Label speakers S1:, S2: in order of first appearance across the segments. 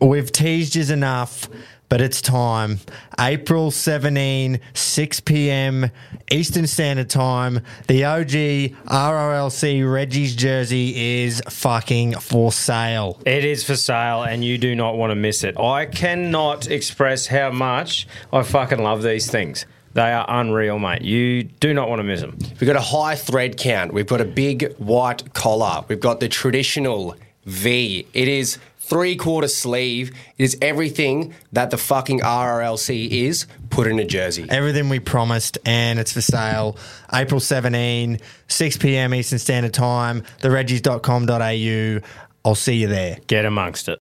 S1: We've teased you enough, but it's time. April 17, 6 p.m. Eastern Standard Time. The OG RRLC Reggie's jersey is fucking for sale.
S2: It is for sale, and you do not want to miss it. I cannot express how much I fucking love these things. They are unreal, mate. You do not want to miss them.
S3: We've got a high thread count. We've got a big white collar. We've got the traditional V. It is three quarter sleeve. It is everything that the fucking RRLC is put in a jersey.
S1: Everything we promised, and it's for sale April 17, 6 p.m. Eastern Standard Time, thereggies.com.au. I'll see you there.
S2: Get amongst it.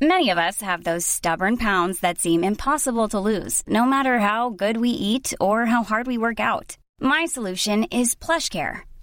S4: Many of us have those stubborn pounds that seem impossible to lose, no matter how good we eat or how hard we work out. My solution is PlushCare.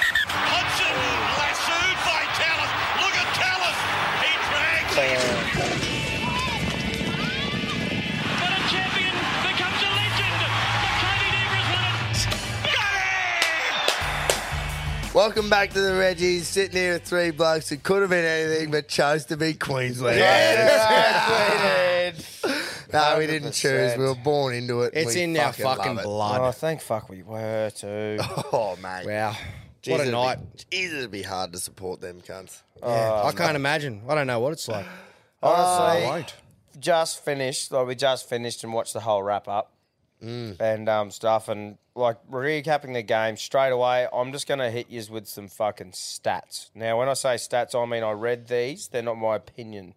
S5: Hudson, lassoed by Tallis. Look at Tallis. He drags him.
S6: But a champion becomes a legend. Maccabi Debra has won it.
S7: Welcome back to the Reggies. Sitting here at three blokes who could have been anything but chose to be Queensland. Ah, no, we didn't choose.
S8: 100%.
S7: We were born into it.
S3: It's
S7: We
S3: in our
S7: love
S3: fucking
S7: it.
S3: blood.
S8: Oh, thank fuck we were too.
S7: Oh, mate.
S3: Wow.
S7: Jeez,
S3: what a
S7: it'd
S3: night.
S7: Be, jeez, it'd be hard to support them cunts.
S3: I can't imagine. I don't know what it's like.
S8: Oh, Honestly, just finished. Like we just finished and watched the whole wrap up and um, stuff, and like recapping the game straight away. I'm just gonna hit you with some fucking stats. Now, when I say stats, I mean I read these. They're not my opinion.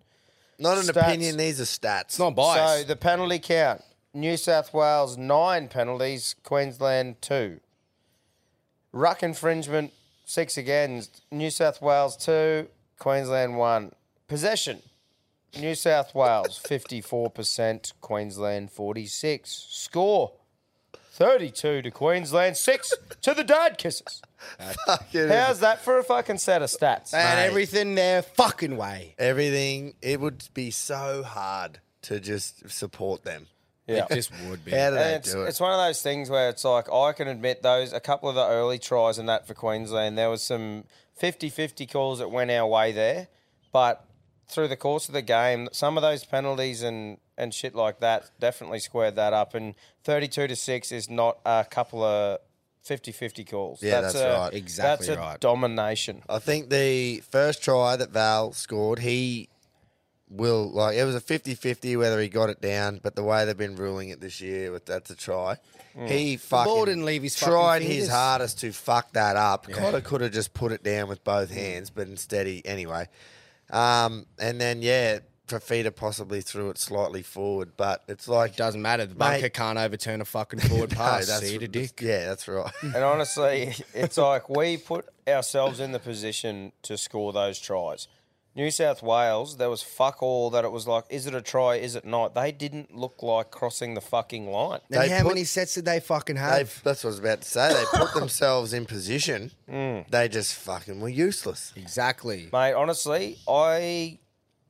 S7: Not an
S8: Stats.
S7: opinion. These are stats.
S3: It's not biased.
S8: So the penalty count: New South Wales nine penalties, Queensland two. Ruck infringement six against New South Wales two, Queensland one. Possession: New South Wales fifty-four percent, Queensland forty-six. Score: thirty-two to Queensland, six to the dad kisses.
S7: Fucking-
S8: How's that for a fucking set of stats?
S3: and
S7: mate.
S3: everything their fucking way.
S7: Everything. It would be so hard to just support them.
S8: Yeah.
S3: This would be.
S7: How do
S8: And
S7: they
S8: it's,
S7: do it?
S8: it's one of those things where it's like I can admit those a couple of the early tries and that for Queensland there was some 50-50 calls that went our way there but through the course of the game some of those penalties and and shit like that definitely squared that up and 32 to 6 is not a couple of 50-50 calls
S7: Yeah, that's
S8: a,
S7: right.
S3: Exactly
S8: that's a
S3: right.
S8: domination
S7: I think the first try that Val scored, he will like it was a 50-50 whether he got it down, but the way they've been ruling it this year, with that's a try.
S3: Mm.
S7: He fucking
S3: didn't leave his fucking
S7: tried
S3: fingers.
S7: his hardest to fuck that up. Cotter could have just put it down with both hands, but instead he anyway. Um, and then yeah, Fafita possibly threw it slightly forward, but it's like
S3: Doesn't matter. The bunker
S7: Mate.
S3: can't overturn a fucking forward
S7: No,
S3: pass.
S7: that's-
S3: See the dick.
S7: Yeah, that's right.
S8: And honestly, it's like we put ourselves in the position to score those tries. New South Wales, there was fuck all that it was like, is it a try, is it not? They didn't look like crossing the fucking line.
S3: And
S7: They
S3: how
S7: put-
S3: many sets did they fucking
S7: They,
S3: have?
S7: that's what I was about to say. They put themselves in position.
S3: Mm.
S7: They just fucking were useless.
S3: Exactly.
S8: Mate, honestly, I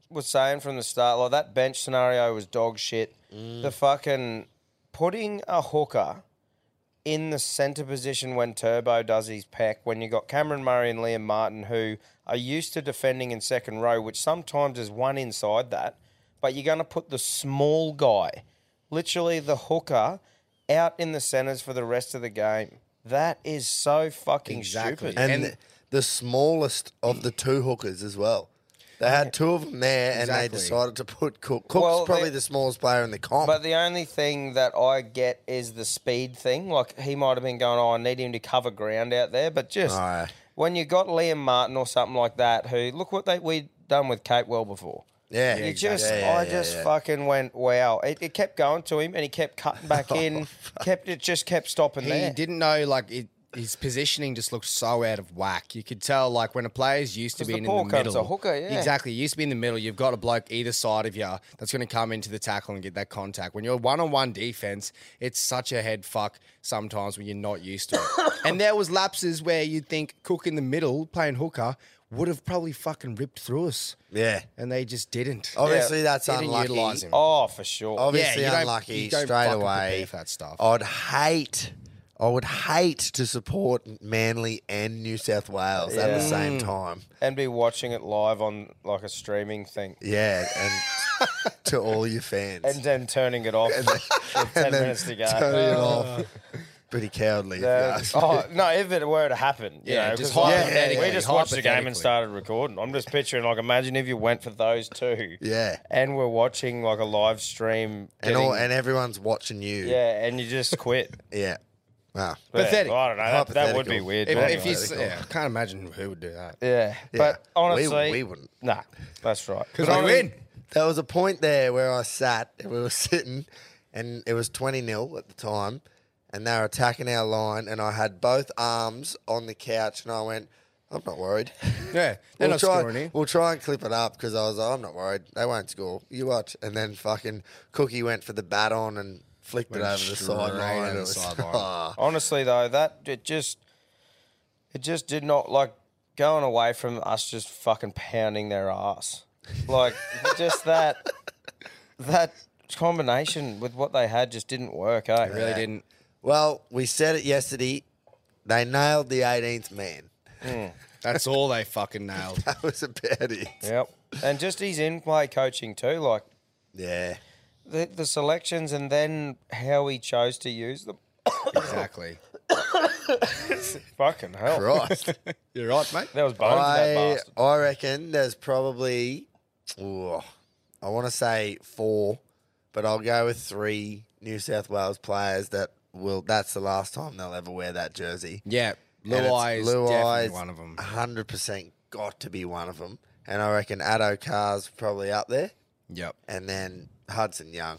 S8: was saying from the start, like that bench scenario was dog shit. The fucking putting a hooker in the centre position when Turbo does his pack, when you got Cameron Murray and Liam Martin who are used to defending in second row, which sometimes is one inside that, but you're going to put the small guy, literally the hooker, out in the centres for the rest of the game. That is so fucking
S3: Exactly.
S8: stupid.
S7: and,
S3: And-
S7: th- the smallest of the two hookers as well. They had two of them there, and they
S3: Exactly.
S7: decided to put Cook. Cook's
S8: Well,
S7: probably
S8: they-
S7: the smallest player in the comp.
S8: But the only thing that I get is the speed thing. Like he might have been going, "Oh, I need him to cover ground out there," but just
S7: Aye.
S8: when you got Liam Martin or something like that, who look what they we done with Kate Well before.
S7: yeah,
S8: You
S7: exactly.
S8: just,
S7: Yeah, yeah,
S8: I
S7: yeah,
S8: just
S7: yeah.
S8: fucking went, wow. It,
S7: Oh,
S8: it kept going to him, and he kept cutting back in. kept it, just kept stopping
S3: He
S8: there.
S3: didn't know like it.
S9: his positioning just looked so out of whack. You could tell, like when a player's used to
S8: 'Cause the
S9: being
S8: ball
S9: in the
S8: comes
S9: middle,
S8: a hooker, yeah.
S9: exactly. Used to be in the middle. You've got a bloke either side of you that's going to come into the tackle and get that contact. When you're one-on-one defense, it's such a head fuck sometimes when you're not used to it. and there was lapses where you'd think Cook in the middle playing hooker would have probably fucking ripped through us,
S7: Yeah.
S9: and they just didn't.
S7: Obviously, that's
S9: They didn't
S7: unlucky.
S9: utilise him.
S8: Oh, for sure.
S7: Obviously,
S9: you don't-
S7: unlucky
S9: you don't
S7: straight
S9: fucking
S7: away. Oh,
S9: prepare for that stuff.
S7: I'd hate. I would hate to support Manly and New South Wales at the same time.
S8: and be watching it live on like a streaming thing.
S7: Yeah, and to all your fans.
S8: And then turning it off with 10 minutes to go.
S7: Turn it
S8: Oh.
S7: off. Pretty cowardly. if you
S8: Uh,
S7: ask me.
S8: oh, no, if it were to happen. You
S9: Yeah,
S8: know,
S9: just
S8: 'cause like,
S7: hypothetically,
S8: we just watched the game and
S9: hypothetically.
S8: started recording. I'm just picturing, like, imagine if you went for those two.
S7: Yeah.
S8: And we're watching, like, a live stream.
S7: and, all,
S8: getting-
S7: and everyone's watching you.
S8: yeah, and you just quit.
S7: Yeah. Wow.
S8: But,
S9: Pathetic.
S8: I don't know. That, that would be
S7: Hypothetical.
S8: weird.
S9: If,
S8: but
S9: if you,
S8: anyway.
S9: s- yeah, I can't imagine who would do that.
S8: yeah.
S7: Yeah.
S8: But
S7: We-
S8: honestly,
S7: we wouldn't.
S8: Nah, that's right.
S9: Because
S8: But
S9: I
S8: I mean,
S9: win.
S7: There was a point there where I sat and we were sitting and it was 20 nil at the time and they were attacking our line and I had both arms on the couch and I went, I'm not worried.
S9: Yeah, they're not
S7: try,
S9: scoring here.
S7: We'll try and clip it up because I was like, I'm not worried. They won't score. You watch. And then fucking Cookie went for the bat on and flicked it
S9: Went
S7: over the
S9: straight
S7: sideline.
S9: over
S7: It
S9: the
S7: was-
S9: sideline.
S7: Ah.
S8: Honestly, though, that it just it just did not like going away from us just fucking pounding their ass, like just that that combination with what they had just didn't work. Eh?
S9: Really didn't.
S7: Well, we said it yesterday. They nailed the 18th man.
S9: That's all they fucking nailed.
S7: That was about it.
S8: Yep. And just his in play coaching too, like
S7: Yeah.
S8: the the selections and then how he chose to use them.
S9: Exactly.
S8: Fucking hell.
S7: Right.
S9: You're right, mate.
S8: There was bones in that
S7: I,
S8: bastard.
S7: I reckon there's probably, oh, I want to say four, but I'll go with three New South Wales players that will, that's the last time they'll ever wear that jersey.
S9: Yeah,
S7: And it's
S9: Luai is
S7: Blue
S9: definitely
S7: Eyes,
S9: one of them.
S7: 100% got to be one of them. And I reckon Addo Carr's probably up there.
S9: Yep.
S7: And then Hudson Young.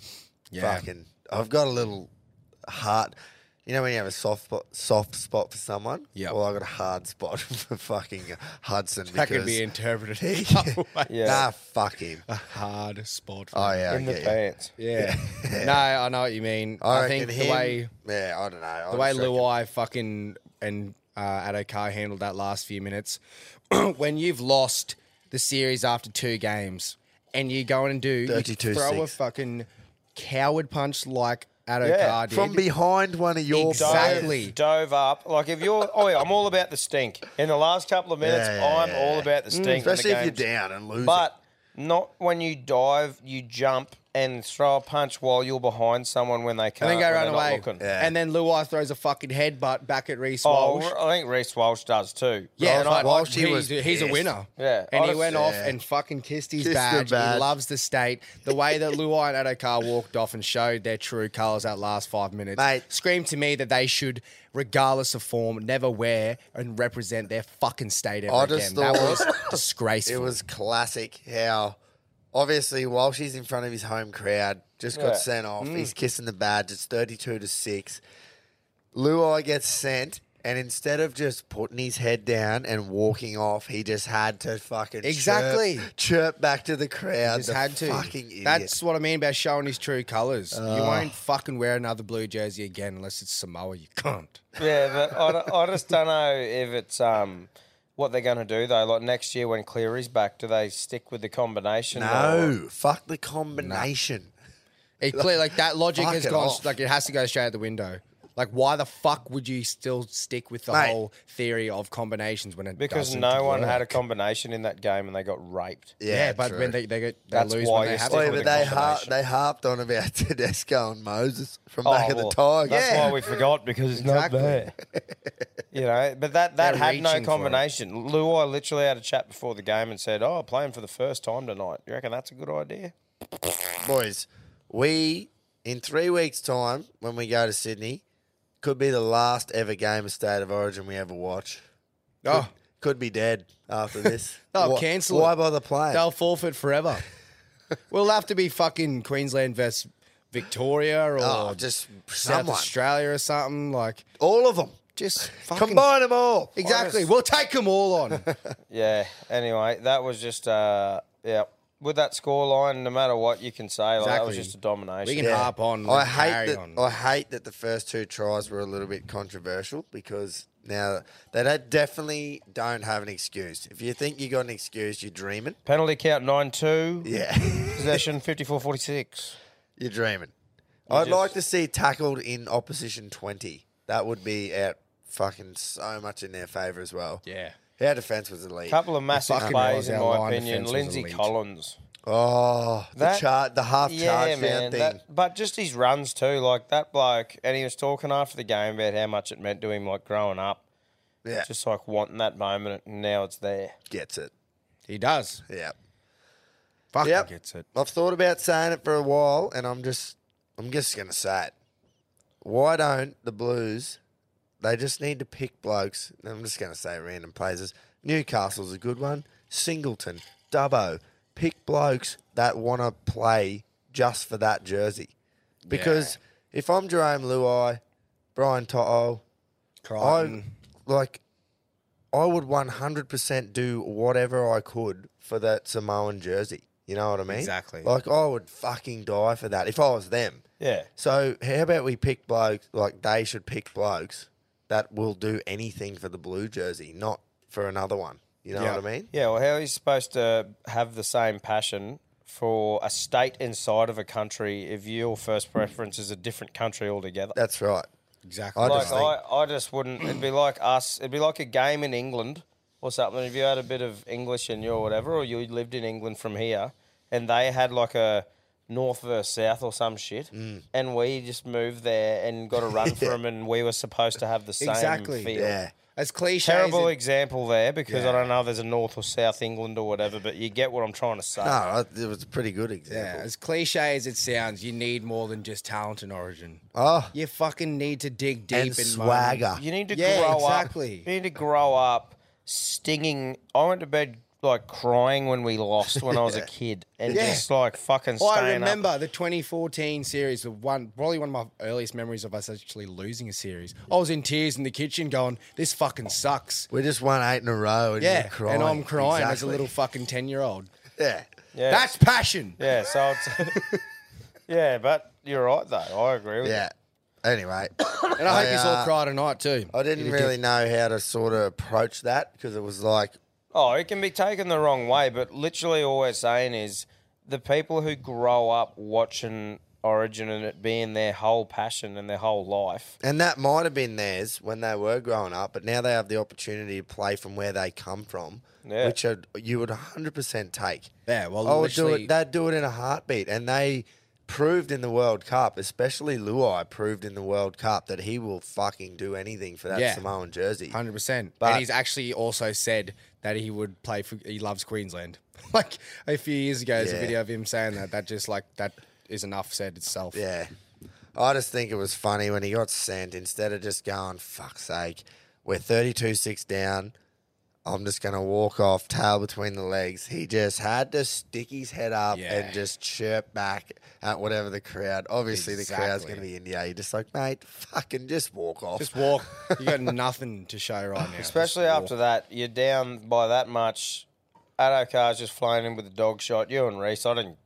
S9: Yeah.
S7: Fucking, I've got a little heart. You know when you have a soft spot, soft spot for someone?
S9: Yep.
S7: Well, I got a hard spot for fucking Hudson.
S9: That could
S7: because
S9: be interpreted
S8: Yeah.
S7: Nah, fuck him.
S9: a hard spot.
S7: Oh yeah,
S8: in the
S7: yeah, yeah.
S8: pants.
S9: yeah. No, I know what you mean.
S7: I,
S9: I, think the
S7: him,
S9: way
S7: Yeah, I don't know.
S9: the way Luai fucking and uh, Adokar handled that last few minutes, when you've lost the series after two games and you go in and do you
S7: 32-6.
S9: throw a fucking coward punch like Adokar
S8: Yeah,
S9: did.
S7: from behind one of your
S9: Exactly.
S7: players.
S9: Lee.
S8: Dove up. Like if you're, oh yeah, I'm all about the stink. In the last couple of minutes,
S7: Yeah, yeah,
S8: I'm
S7: yeah,
S8: all
S7: yeah.
S8: about the stink. in the
S7: especially if
S8: games.
S7: you're down and losing.
S8: But not when you dive, you jump and throw a punch while you're behind someone when they
S9: and
S7: Uh,
S8: can't.
S9: then go
S8: when
S9: run
S8: they're not
S9: away.
S8: looking.
S9: And then Luai throws a fucking headbutt back at Reese
S8: Oh,
S9: Walsh.
S8: I think Reese Walsh does too.
S9: Yeah,
S8: and
S9: like,
S8: I,
S7: Walsh, he
S9: he's,
S7: was
S9: he's a
S7: pissed.
S9: winner.
S8: Yeah,
S9: and he
S8: honestly.
S9: went off and fucking kissed his
S7: Kissed the
S9: badge.
S7: badge.
S9: He loves the state. The way that Luai and Adokar walked off and showed their true colours that last five minutes,
S7: Mate.
S9: screamed to me that they should, regardless of form, never wear and represent their fucking state ever
S7: I
S9: again.
S7: just
S9: That
S7: thought-
S9: was disgraceful.
S7: It was classic how obviously while she's in front of his home crowd, just got
S8: Yeah.
S7: sent off. He's kissing the badge. It's thirty two to six. Luai gets sent. And instead of just putting his head down and walking off, he just had to fucking chirp-
S9: Exactly.
S7: chirp, back to the crowd.
S9: just
S7: the
S9: had to.
S7: fucking idiot.
S9: That's what I mean about showing his true colours. you won't fucking wear another blue jersey again unless it's Samoa. You can't.
S8: yeah, but I, don't- I just don't know if it's um what they're going to do though. Like next year when Cleary's back, do they stick with the combination?
S7: No, fuck the combination.
S9: It clear like that logic
S7: Fuck
S9: has
S7: it
S9: gone
S7: off.
S9: like it has to go straight out the window. Like why the fuck would you still stick with the
S7: Mate.
S9: whole theory of combinations when it
S8: because
S9: doesn't
S8: no one
S9: work?
S8: had a combination in that game and they got raped.
S9: yeah, but when they they, get, they
S8: That's
S9: lose
S8: why
S9: when they
S8: you
S9: have
S8: stick
S9: to
S7: Wait, but
S8: with the
S7: they, har-
S8: combination.
S7: they harped on about Tedesco and Moses from
S8: Oh,
S7: back of the
S8: well,
S7: Tigers.
S8: That's
S7: yeah.
S8: why we forgot because it's
S9: Exactly.
S8: not there. you know, but that that
S9: They're
S8: had no
S9: reaching for it.
S8: combination. Luai literally had a chat before the game and said, "Oh, playing for the first time tonight. You reckon that's a good idea?"
S7: boys, we in three weeks' time when we go to Sydney could be the last ever game of State of Origin we ever watch.
S9: Oh,
S7: Could be dead after this.
S9: They'll
S7: Wha-
S9: cancel
S7: Why
S9: it.
S7: bother playing?
S9: they'll forfeit forever. we'll have to be fucking Queensland versus Victoria or
S7: Oh, just
S9: South
S7: someone.
S9: Australia or something like
S7: All of them.
S9: Just fucking
S7: Combine them all.
S9: Exactly. We'll take them all on.
S8: Yeah. Anyway, that was just uh yeah. With that scoreline, no matter what you can say, like, that was
S9: Exactly.
S8: just a domination.
S9: We can harp on.
S7: I
S9: and
S7: hate
S9: carry
S7: that.
S9: on.
S7: I hate that the first two tries were a little bit controversial because now they don't, definitely don't have an excuse. If you think you got an excuse, you're dreaming.
S8: Penalty count nine two.
S7: Yeah,
S8: Possession fifty four forty six.
S7: you're dreaming. I'd
S8: just-
S7: like to see tackled in opposition twenty. That would be out fucking so much in their favour as well.
S9: Yeah.
S7: Our defence was elite.
S8: Couple of massive
S9: fucking
S8: plays,
S9: was
S8: in
S9: our
S8: my
S9: line
S8: opinion.
S9: defence was
S8: Lindsay
S9: elite.
S8: Collins.
S7: Oh, the
S8: That-
S7: chart, the half charge
S8: Yeah,
S7: down
S8: man.
S7: thing.
S8: That, but just his runs too, like that bloke. And he was talking after the game about how much it meant to him, like growing up,
S7: yeah, just
S8: just like wanting that moment, and now it's there.
S7: gets it.
S9: He does.
S7: Yeah.
S9: Fucking
S7: Yep.
S9: gets it.
S7: I've thought about saying it for a while, and I'm just, I'm just gonna say it. Why don't the Blues? They just need to pick blokes. and I'm just gonna say random places. Newcastle's a good one. Singleton, Dubbo, pick blokes that want to play just for that jersey. Because if I'm Jerome Luai, Brian Toto, I like I would 100% do whatever I could for that Samoan jersey. You know what I mean?
S9: Exactly.
S7: Like I would fucking die for that if I was them.
S8: Yeah.
S7: So how about we pick blokes like they should pick blokes that will do anything for the blue jersey, not for another one. You know what I mean?
S8: Yeah, well, how are you supposed to have the same passion for a state inside of a country if your first preference is a different country altogether?
S7: That's right.
S9: Exactly.
S7: I
S8: like,
S7: just think-
S8: I, I just wouldn't. It'd be like us. It'd be like a game in England or something. If you had a bit of English in you or whatever, or you lived in England from here, and they had like a north versus south or some shit,
S7: Mm.
S8: and we just moved there and got a run for 'em for them, and we were supposed to have the same
S9: Exactly.
S8: feel.
S7: Yeah.
S9: As cliche.
S8: Terrible
S9: As it,
S8: example there because I
S9: Yeah.
S8: don't know if there's a North or South England or whatever, but you get what I'm trying to say.
S7: No, I, it Ah, was a pretty good
S9: yeah.
S7: example.
S9: As cliche as it sounds, you need more than just talent and origin.
S7: Oh,
S9: You fucking need to dig deep
S7: and
S9: in
S7: swagger.
S8: You need to
S9: Yeah,
S8: grow
S9: exactly.
S8: up. You need to grow up stinging. I went to bed like crying when we lost when I was a kid and
S9: Yeah.
S8: just like fucking
S9: Oh,
S8: staying
S9: I remember
S8: up.
S9: the 2014 series, the one probably one of my earliest memories of us actually losing a series. I was in tears in the kitchen, going, "This fucking sucks."
S7: We just won eight in a row, and
S9: Yeah,
S7: you're crying.
S9: and I'm crying as a
S7: Exactly.
S9: little fucking ten year old.
S7: Yeah,
S8: Yeah.
S9: That's passion.
S8: yeah, so it's Yeah, but you're right though. I agree with
S7: yeah. Anyway,
S9: And I hope
S7: I,
S9: you
S7: uh,
S9: saw cry tonight too.
S7: I didn't really know how to sort of approach that because it was like,
S8: you. Oh, it can be taken the wrong way, but literally all we're saying is the people who grow up watching Origin and it being their whole passion and their whole life.
S7: and that might have been theirs when they were growing up, but now they have the opportunity to play from where they come from,
S8: Yeah.
S7: which are, you would 100% take.
S9: Yeah, well,
S7: I would do
S9: literally-
S7: it. They'd do it in a heartbeat, and they proved in the World Cup, especially Luai proved in the World Cup that he will fucking do anything for that
S9: Yeah.
S7: Samoan jersey.
S9: Hundred percent.
S7: But-
S9: And he's actually also said that he would play for. He loves Queensland. like a few years ago, there's
S7: Yeah.
S9: a video of him saying that. That just like that is enough said itself.
S7: Yeah. I just think it was funny when he got sent instead of just going, fuck's sake, we're 32 6 down. I'm just going to walk off, tail between the legs. He just had to stick his head up
S9: Yeah.
S7: and just chirp back at whatever the crowd. Obviously, the crowd's
S9: Exactly.
S7: going to be India. You're just like, mate, fucking just walk off.
S9: Just walk. You got nothing to show right now.
S8: Especially
S9: Just uh, walk.
S8: after that, you're down by that much. Addo Carr's just flying in with a dog shot. You and Reese, I didn't.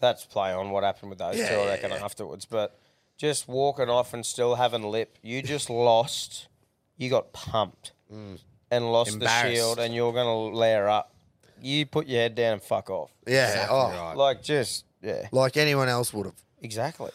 S8: That's play on what happened with those two, I reckon, afterwards. But just walking off and still having lip. You just lost. You got pumped and lost the
S9: Mm. Embarrassed.
S8: shield, and you're going to layer up. You put your head down and fuck off.
S7: yeah. oh,
S8: Like, just, yeah,
S7: Like anyone else would have.
S8: exactly.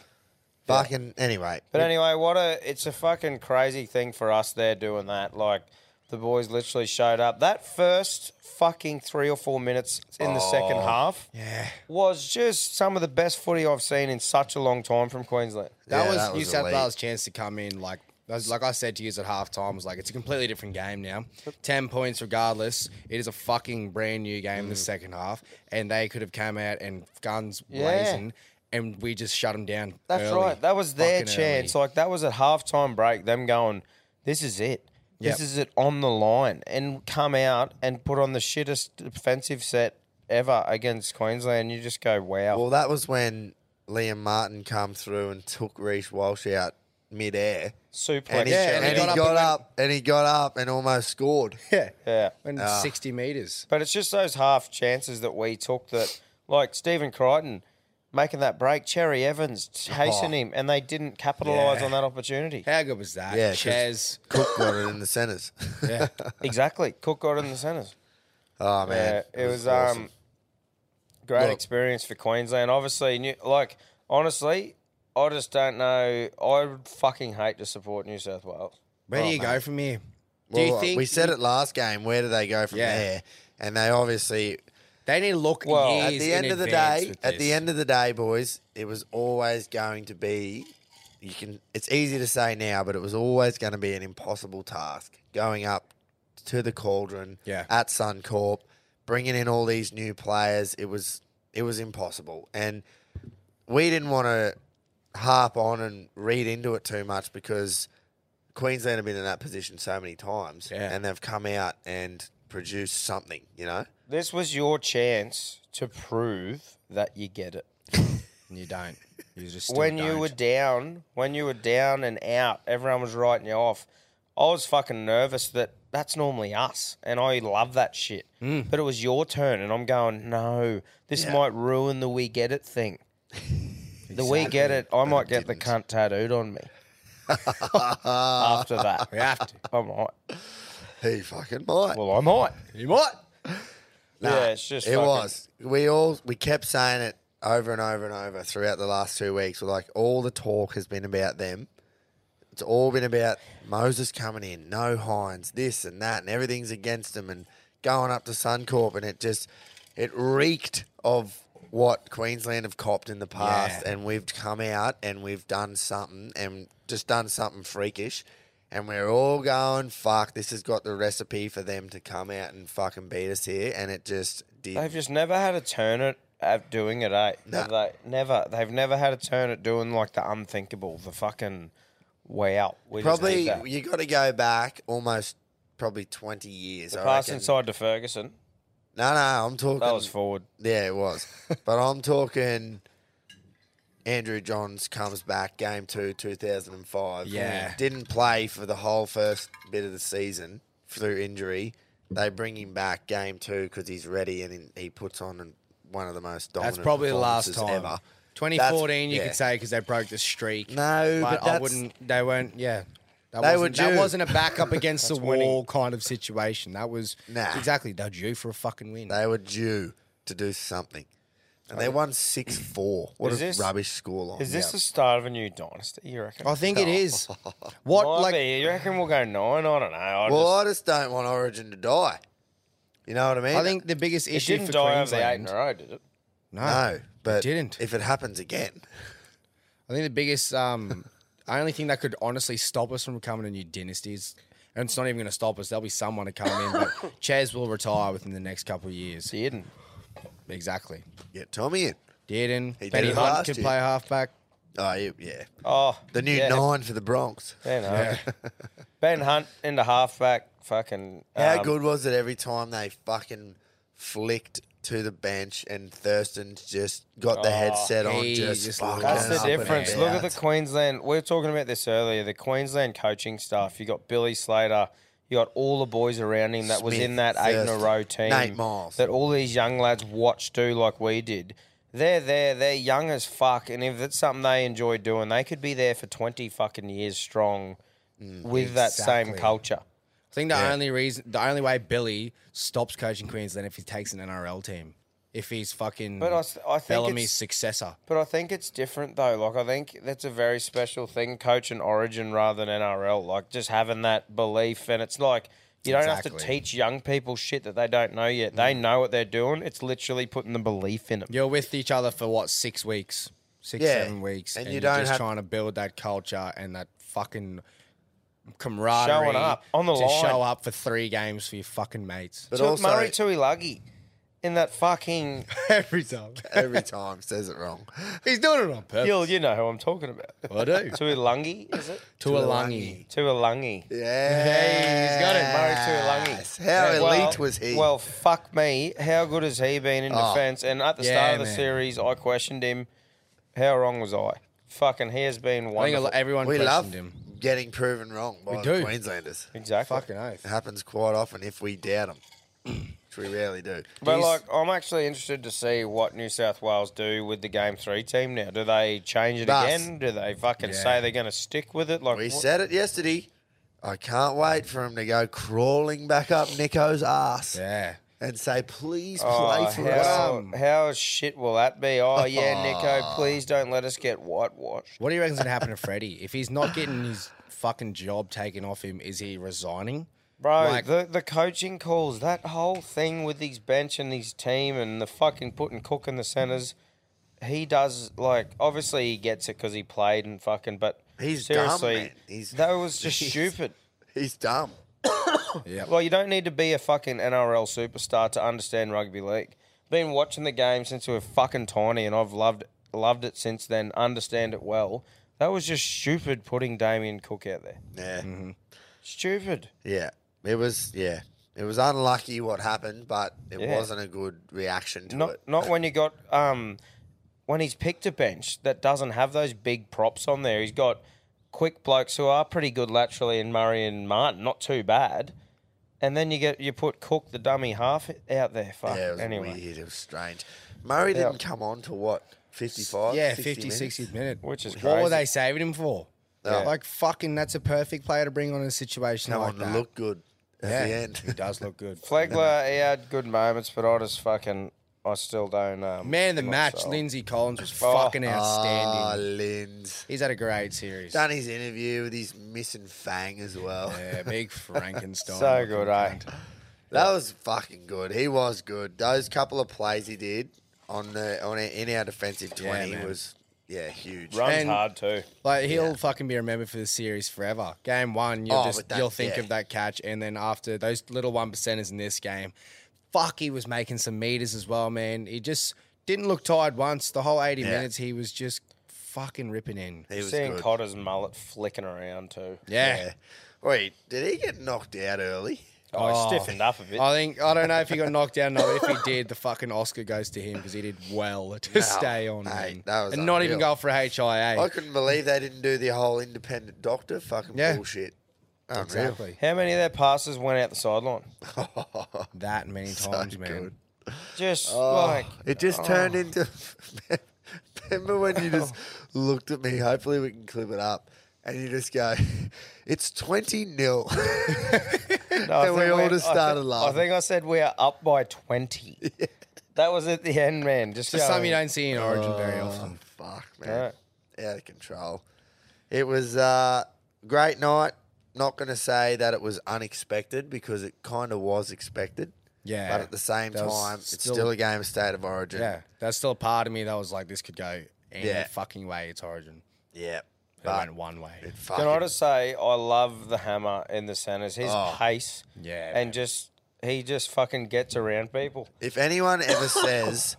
S7: Fucking, anyway.
S8: But anyway, what a it's a fucking crazy thing for us there doing that. Like the boys literally showed up. That first fucking three or four minutes in the second
S9: Oh,
S8: half yeah. was just some of the best footy I've seen in such a long time from Queensland.
S9: That
S7: Yeah,
S9: was
S7: that
S9: New
S7: was
S9: South
S7: elite.
S9: Wales' chance to come in. Like, that was- like I said to you at half time, was like it's a completely different game now. Ten points, regardless. It is a fucking brand new game.
S8: Mm.
S9: The second half, and they could have come out and guns
S8: Yeah.
S9: blazing, and we just shut them down.
S8: That's
S9: early.
S8: right. That was their
S9: Fucking
S8: chance.
S9: early.
S8: Like that was at halftime break. Them going, this is it.
S9: Yep.
S8: This is it on the line, and come out and put on the shittest defensive set ever against Queensland. You just go, wow.
S7: Well, that was when Liam Martin come through and took Reece Walsh out mid-air
S8: suplex.
S7: And he,
S9: Yeah,
S8: Shelley.
S7: and he
S9: got
S7: got,
S9: up and went-
S7: up, and he got up and almost scored.
S9: Yeah.
S8: yeah.
S9: And
S7: Ah.
S9: 60 meters.
S8: But it's just those half chances that we took that, like Stephen Crichton making that break, Cherry Evans chasing him, and they didn't capitalise
S9: Yeah.
S8: on that opportunity.
S9: How good was that?
S7: Yeah, 'cause-
S9: Chaz.
S7: Cook got it in the centres.
S9: Yeah.
S8: exactly. Cook got it in the centres.
S7: Oh man,
S8: Yeah, it was,
S7: awesome.
S8: um, great
S7: Look.
S8: experience for Queensland. Obviously, new, like honestly, I just don't know. I would fucking hate to support New South Wales.
S9: Where do you go from here?
S7: Oh, Well,
S9: do you think
S7: we said it last game? Where do they go from
S9: Yeah.
S7: there? And they obviously
S9: they need to look
S8: Well,
S9: years
S8: at
S7: at the
S9: in
S7: end of the
S9: advance
S7: day,
S9: with
S7: at the
S9: this.
S7: end of the day, boys, it was always going to be. You can. It's easy to say now, but it was always going to be an impossible task going up to the cauldron
S9: Yeah.
S7: at Suncorp, bringing in all these new players. It was it was impossible, and we didn't want to harp on and read into it too much because Queensland have been in that position so many times,
S9: Yeah.
S7: and they've come out and produced something. You know,
S8: This was your chance to prove that you get it.
S9: And you don't. You just still
S8: when you
S9: don't.
S8: were down, when you were down and out, everyone was writing you off. I was fucking nervous that that's normally us, and I love that shit.
S9: Mm.
S8: But it was your turn, and I'm going, no, this might ruin the we get it thing. The we get it, I might get the cunt tattooed on me. After that,
S9: We have to.
S8: I might.
S7: he fucking might.
S8: Well, I might.
S9: You might.
S7: Nah,
S8: yeah, it's just
S7: it
S8: fucking-
S7: was. We all we kept saying it over and over and over throughout the last two weeks. We're like, all the talk has been about them. It's all been about Moses coming in, no Hines, this and that, and everything's against him, and going up to Suncorp, and it just it reeked of what Queensland have copped in the past,
S9: Yeah.
S7: and we've come out and we've done something and just done something freakish. And we're all going, fuck, this has got the recipe for them to come out and fucking beat us here. And it just did.
S8: They've just never had a turn at, at doing it, eh?
S7: No.
S8: Have They, never. They've never had a turn at doing like the unthinkable, the fucking way out. We just
S7: Probably
S8: need that.
S7: you got to go back almost probably twenty years. I
S8: pass
S7: reckon.
S8: inside to Ferguson.
S7: No, no, I'm talking.
S8: That was forward.
S7: yeah, it was. but I'm talking. Andrew Johns comes back game two, 2005.
S9: Yeah.
S7: didn't play for the whole first bit of the season through injury. They bring him back game two because he's ready and he puts on an- one of the most dominant.
S9: That's probably the last time.
S7: performances ever.
S9: 2014, you
S7: That's- Ah, yeah.
S9: could say because they broke the streak.
S7: No, but
S9: I
S7: that's-
S9: wouldn't. They weren't. Yeah, that
S7: They were
S9: wasn't, that
S7: due.
S9: wasn't a back up against the
S8: winning.
S9: wall kind of situation. That was
S7: Nah.
S9: exactly they're due for a fucking win.
S7: They were due to do something, and they won six four. What
S8: Is
S7: a
S8: this-
S7: rubbish scoreline!
S8: Is this
S7: Yeah.
S8: the start of a new dynasty? You reckon?
S9: I think it is. What
S8: Might
S9: like
S8: be. you reckon we'll go nine? I don't know. I
S7: Well,
S8: just,
S7: I just don't want Origin to die. You know what I mean?
S9: I think the biggest
S8: it
S9: issue
S8: didn't
S9: for
S8: die over the eight in
S9: Queensland.
S8: a row, did it?
S9: No,
S7: no, but
S9: didn't.
S7: If it happens again,
S9: I think the biggest, um, I only thing that could honestly stop us from becoming a new dynasty is, and it's not even going to stop us. There'll be someone to come in, but Chaz will retire within the next couple of years.
S8: Didn't.
S9: Exactly.
S7: get Tommy in.
S9: Dearden,
S7: He did
S9: Benny
S7: it
S9: Hunt
S7: last
S9: could
S7: year.
S9: play halfback.
S7: Oh yeah, yeah.
S8: Oh,
S7: the new
S8: yeah.
S7: nine for the Bronx.
S8: You know. Ben Hunt into halfback. Fucking.
S7: How
S8: um,
S7: good was it every time they fucking flicked to the bench and Thurston just got the
S8: Oh,
S7: headset on,
S9: he
S7: just,
S9: just
S7: fucking
S8: That's the
S7: up and
S8: difference.
S7: about.
S8: Look at the Queensland. We were talking about this earlier. The Queensland coaching staff. You got Billy Slater. You got all the boys around him that was
S7: Smith,
S8: in that eight in a
S7: Thurston,
S8: row team.
S7: Nate Miles.
S8: That all these young lads watch do like we did. They're there. They're young as fuck, and if it's something they enjoy doing, they could be there for twenty fucking years strong
S7: Mm,
S8: with that same
S9: exactly.
S8: culture.
S9: I think the only reason, the only way Billy stops coaching Queensland if he takes an NRL team, if he's fucking
S8: But I s- I think
S9: Bellamy's
S8: it's-
S9: successor.
S8: But I think it's different though. Like I think that's a very special thing, coach and origin rather than NRL. Like just having that belief, and it's like you don't have to
S9: Exactly.
S8: teach young people shit that they don't know yet. They know what they're doing. It's literally putting the belief in them.
S9: You're with each other for what six weeks, six
S7: Yeah,
S9: seven weeks,
S7: and
S9: and,
S7: you
S9: you're
S7: don't
S9: just
S7: have-
S9: trying to build that culture and that fucking camaraderie.
S8: Showing up on the
S9: to
S8: line.
S9: show up for three games for your fucking mates
S7: But
S8: Took
S7: also,
S8: Murray Tuilagi in that fucking.
S9: every time.
S7: every time says it wrong.
S9: He's doing it on purpose.
S8: You'll, you know who I'm talking about.
S9: I do.
S8: Tuilagi is it?
S9: Tuolangi.
S8: Tuilagi.
S7: Yeah,
S9: he's got it.
S8: Murray Tuilagi.
S7: How
S8: Yeah,
S7: elite
S8: well-
S7: was he?
S8: Well, fuck me. How good has he been in defence? And at the
S9: Yeah,
S8: start of the
S9: man.
S8: series, I questioned him. How wrong was I? Fucking, he has
S9: I
S8: been
S9: think a
S8: wonderful.
S9: lot- everyone
S7: we
S9: questioned
S7: love
S9: him.
S7: getting proven wrong by
S9: We
S7: the
S9: do.
S7: Queenslanders.
S8: Exactly.
S9: Fucking
S7: It
S9: oath.
S7: happens quite often if we doubt them, which we rarely do.
S8: But like, I'm actually interested to see what New South Wales do with the Game Three team now. Do they change it
S7: Bus.
S8: again? Do they fucking say they're going to stick with it? Like,
S7: we
S8: what-
S7: said it yesterday. I can't wait for him to go crawling back up Nico's ass
S9: Yeah.
S7: and say, "Please play
S8: Oh,
S7: for us."
S8: how, how shit will that be? Oh yeah, Nico, please don't let us get whitewashed.
S9: What do you reckon's gonna happen to Freddie if he's not getting his fucking job taken off him? Is he resigning?
S8: Bro,
S9: Like-
S8: the, the coaching calls, that whole thing with his bench and his team and the fucking putting Cook in the centres, he does, like, obviously he gets it because he played and fucking, but
S7: He's dumb,
S8: seriously,
S7: man. He's-
S8: that was just
S7: he's-
S8: stupid.
S7: He's dumb.
S8: Well, you don't need to be a fucking NRL superstar to understand rugby league. Been watching the game since we were fucking tiny, and I've loved loved it since then. Understand it well. That was just stupid putting Damien Cook out there.
S7: Yeah,
S8: Stupid.
S7: yeah. It was yeah. It was unlucky what happened, but it
S8: Yeah.
S7: wasn't a good reaction to
S8: Not
S7: it.
S8: not when you got um when he's picked a bench that doesn't have those big props on there. He's got quick blokes who are pretty good laterally in Murray and Martin, not too bad. And then you get you put Cook the dummy half out there. Fuck.
S7: Yeah, it was
S8: anyway.
S7: weird. It was strange. Murray didn't come on to what fifty five.
S9: Yeah, 50, 60 minute.
S8: Which is
S9: what
S8: crazy.
S9: were they saving him for? Like fucking, that's a perfect player to bring on in a situation
S7: Come
S9: like
S7: on,
S9: that.
S7: look good at
S9: yeah,
S7: the end.
S9: he does look good.
S8: Flegler, he had good moments, but I just fucking, I still don't. Um,
S9: Man of the
S8: I'm not
S9: match,
S8: sold.
S9: Lindsay Collins was
S8: Oh.
S9: fucking
S7: Ah,
S9: outstanding.
S7: Linz.
S9: He's had a great series.
S7: Done his interview with his missing fang as well.
S9: Yeah, big Frankenstein.
S8: So
S9: looking
S8: good, eh?
S9: cunt.
S7: That was fucking good. He was good. Those couple of plays he did on the on our, in our defensive
S9: Yeah,
S7: twenty
S9: man.
S7: was yeah huge.
S8: Runs
S9: And-
S8: hard too.
S9: Like he'll fucking be remembered for the series forever. Game one, you'll
S7: Oh,
S9: just
S7: but that-
S9: you'll think
S7: yeah.
S9: of that catch, and then after those little one percenters in this game, fuck, he was making some meters as well, man. He just didn't look tired once. The whole eighty
S7: Yeah.
S9: minutes, he was just fucking ripping in.
S7: He was
S8: Seeing
S7: good.
S8: Cotter's mullet flicking around too.
S9: Yeah.
S7: Wait, did he get knocked out early?
S8: Oh, he stiffened up a bit.
S9: I think I don't know if he got knocked down. or not, but if he did, the fucking Oscar goes to him because he did well to stay
S7: mate,
S9: on man.
S7: that was
S9: and not even
S7: unreal.
S9: go for a HIA.
S7: I couldn't believe they didn't do the whole independent doctor fucking
S9: Yeah.
S7: bullshit. Unreal.
S9: Exactly
S8: How many of their passes went out the sideline?
S9: that many times, man.
S7: good.
S8: Just
S7: Oh,
S8: like
S7: it just turned into. remember when you just looked at me? Hopefully, we can clip it up. And you just go, it's 20 nil.
S8: no, I
S7: and we
S8: think
S7: all
S8: we're-
S7: just
S8: I thi-
S7: started
S8: I
S7: laughing.
S8: think I said we are up by twenty. That was at the end, man. Just,
S9: Just something
S8: going,
S9: you don't see in Origin very
S7: Oh,
S9: often.
S7: Fuck, man. Out of control. It was uh, great night. Not going to say that it was unexpected because it kind of was expected.
S9: Yeah,
S7: But at the same
S9: that was
S7: time, it's
S9: still-
S7: still, a game of state of origin.
S9: Yeah, that's still a part of me that was like, this could go any
S7: Yeah.
S9: fucking way. It's Origin.
S7: Yeah.
S9: It
S7: But
S9: went one way.
S7: it
S8: Can I
S7: fucking
S8: just say I love the hammer in the centres. His
S9: Oh.
S8: pace,
S9: Yeah,
S8: and
S9: man.
S8: just he just fucking gets around people.
S7: If anyone ever says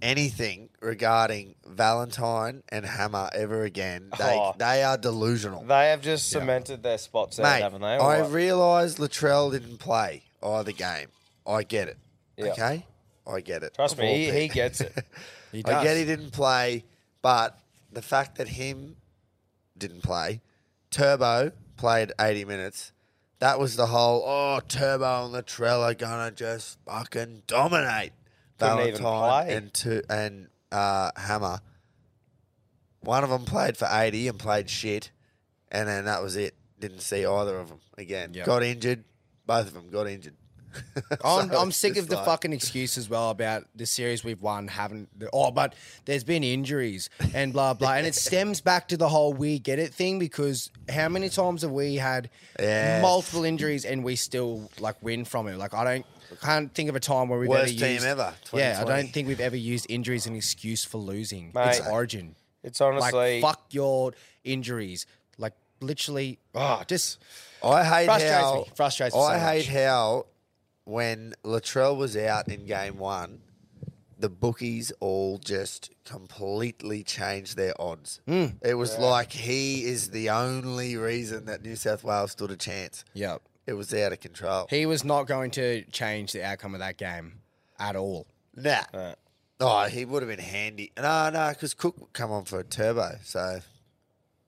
S7: anything regarding Valentine and Hammer ever again, they,
S8: Oh.
S7: they are delusional.
S8: They have just cemented their spots out,
S7: Mate,
S8: haven't
S9: eh?
S8: they? Or
S7: I
S8: what?
S7: realise Latrell didn't play either game. I get it. Okay? I get it.
S8: Trust
S7: I've all
S8: me, he,
S7: been-
S8: he gets it.
S9: He
S7: I
S9: does.
S7: get he didn't play, but the fact that him didn't play, Turbo played 80 minutes. That was the whole, oh, Turbo and Latrell are going to just fucking dominate.
S8: Couldn't even
S7: Valentine
S8: play.
S7: and, tu- and uh, Hammer. One of them played for 80 and played shit, and then that was it. Didn't see either of them again.
S9: Yep.
S7: Got injured. Both of them got injured.
S9: I'm,
S7: So
S9: I'm
S7: it's
S9: sick
S7: just
S9: of the
S7: like-
S9: fucking excuse as well about the series we've won haven't. Oh, but there's been injuries and blah blah, and it stems back to the whole we get it thing because how many times have we had
S7: Yes.
S9: multiple injuries and we still like win from it? Like I don't I can't think of a time where we've
S7: Worst
S9: ever
S7: team
S9: used,
S7: ever,
S9: Yeah, I
S7: 2020.
S9: don't think we've ever used injuries as an excuse for losing.
S8: Mate.
S9: It's Origin.
S8: It's
S9: like
S8: honestly
S9: fuck your injuries. Like literally, oh, just
S7: I hate
S9: Frustrates
S7: how
S9: me. Frustrates me so
S7: I hate
S9: much.
S7: how when Latrell was out in game one, the bookies all just completely changed their odds.
S9: Hmm.
S7: It was like he is the only reason that New South Wales stood a chance.
S9: yeah.
S7: It was out of control.
S9: He was not going to change the outcome of that game at all.
S7: nah. Oh, he would have been handy. No, no, because Cook would come on for a turbo. So,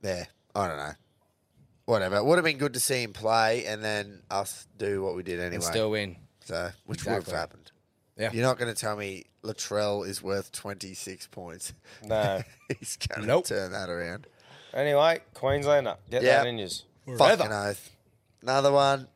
S7: yeah, I don't know. whatever. It would have been good to see him play and then us do what we did anyway.
S9: and still win.
S7: So, which would
S9: Exactly.
S7: have happened.
S9: Yeah.
S7: You're not going to tell me Latrell is worth 26 points.
S8: No.
S7: He's going to
S9: Nope.
S7: turn that around.
S8: anyway, Queenslander, get
S7: Yeah.
S8: that in yours.
S7: Fucking oath. Another one.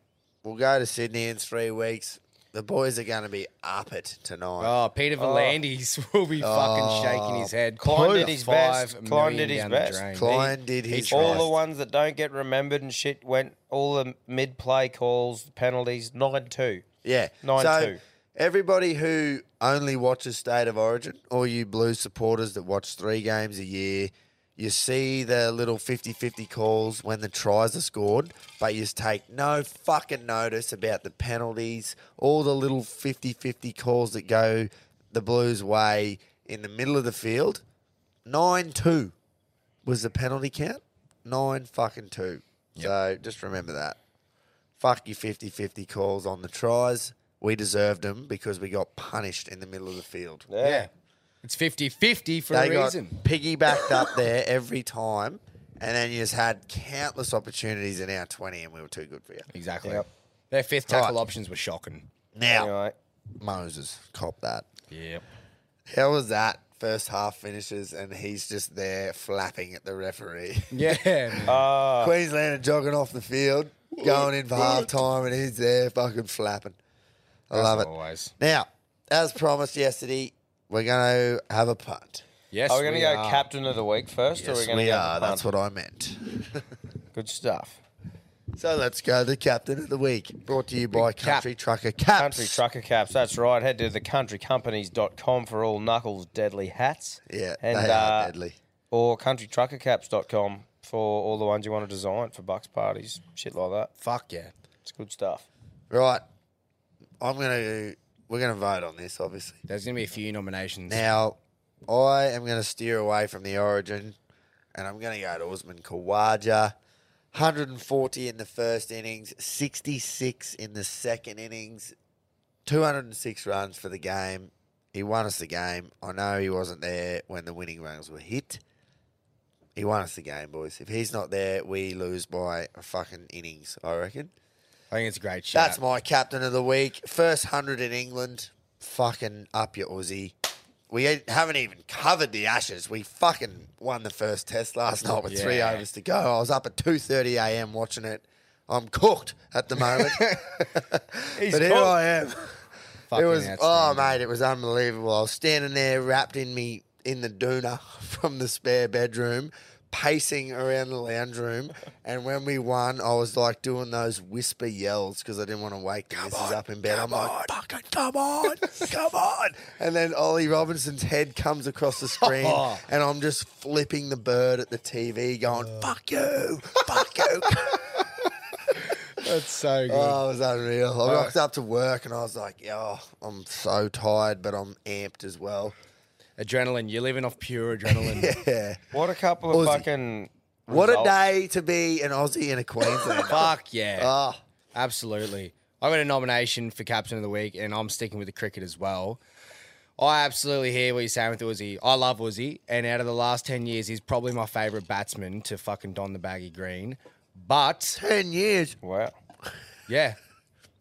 S7: We'll go to Sydney in three weeks. The boys are going to be up it tonight.
S9: Oh, Peter Volandis will be
S7: Oh.
S9: fucking shaking his head.
S8: Klein
S9: Put
S8: did his
S9: five
S8: best. Klein
S9: million
S8: did his
S9: down the
S8: best.
S9: drain.
S7: Klein did his
S8: All the
S7: best.
S8: ones that don't get remembered and shit went all the mid play calls, penalties, nine two.
S7: Yeah.
S8: Nine
S7: so
S8: two.
S7: everybody who only watches State of Origin, or you Blues supporters that watch three games a year, you see the little 50-50 calls when the tries are scored, but you just take no fucking notice about the penalties, all the little 50-50 calls that go the Blues' way in the middle of the field. 9-2 was the penalty count. 9 fucking 2. So just remember that fuck your 50 50 calls on the tries. We deserved them because we got punished in the middle of the field.
S9: Yeah. It's 50 50 for
S7: They
S9: a
S7: got
S9: reason.
S7: piggybacked up there every time, and then you just had countless opportunities in our 20, and we were too good for you.
S9: Exactly.
S8: Yep.
S9: Their fifth tackle
S7: Right.
S9: options were shocking.
S7: Now,
S8: Anyway,
S7: Moses, cop that.
S9: Yep.
S7: How was that? First half finishes, and he's just there flapping at the referee.
S9: Yeah. man.
S7: Uh, Queenslander jogging off the field, going in for half time, and he's there fucking flapping. I love
S9: As
S7: it.
S9: Always.
S7: Now, as promised yesterday, we're going to have a punt.
S9: Yes.
S8: are we going to
S9: we
S8: go
S9: are.
S8: captain of the week first, or are we going to
S7: we
S8: go
S7: are.
S8: for
S7: That's
S8: punt?
S7: what I meant.
S8: Good stuff.
S7: So let's go to the captain of the week. Brought to you by Country Trucker Caps.
S8: Country Trucker Caps, that's right. Head to thecountrycompanies.com for all Knuckles Deadly hats.
S7: Yeah,
S8: and,
S7: they
S8: uh,
S7: are deadly.
S8: Or countrytruckercaps.com for all the ones you want to design for bucks parties, shit like that.
S9: Fuck yeah.
S8: It's good stuff.
S7: Right. I'm going to. We're going to vote on this, obviously.
S9: There's going to be a few nominations.
S7: Now, I am going to steer away from the origin, and I'm going to go to Usman Khawaja. 140 in the first innings, 66 in the second innings, 206 runs for the game. He won us the game. I know he wasn't there when the winning runs were hit. He won us the game, boys. If he's not there, we lose by a fucking innings, I reckon.
S9: I think it's a great shout.
S7: That's my captain of the week. First hundred in England. Fucking up your Aussie. We ain't- haven't even covered the Ashes. We fucking won the first test last night with three
S9: Yeah.
S7: overs to go. I was up at two thirty a.m. watching it. I'm cooked at the moment, but here I am.
S9: Fucking
S7: it was oh
S9: outstanding.
S7: mate, it was unbelievable. I was standing there wrapped in me in the doona from the spare bedroom, pacing around the lounge room. And when we won, I was like doing those whisper yells because I didn't want to wake the missus up in bed. I'm like, fucking come on, come on. And then Ollie Robinson's head comes across the screen, and I'm just flipping the bird at the TV, going, fuck you, fuck you.
S9: That's so good.
S7: Oh, it was unreal. I rocked up to work and I was like, "Yo, I'm so tired, but I'm amped as well."
S9: adrenaline. You're living off pure adrenaline.
S7: Yeah.
S8: What a couple of
S7: Aussie.
S8: fucking.
S7: What a
S8: results.
S7: day to be an Aussie and a Queenslander.
S9: Fuck yeah.
S7: oh,
S9: Absolutely. I got a nomination for captain of the week, and I'm sticking with the cricket as well. I absolutely hear what you're saying with Uzi. I love Uzi, and out of the last ten years, he's probably my favourite batsman to fucking don the baggy green. But
S7: 10 years.
S8: Wow.
S9: yeah,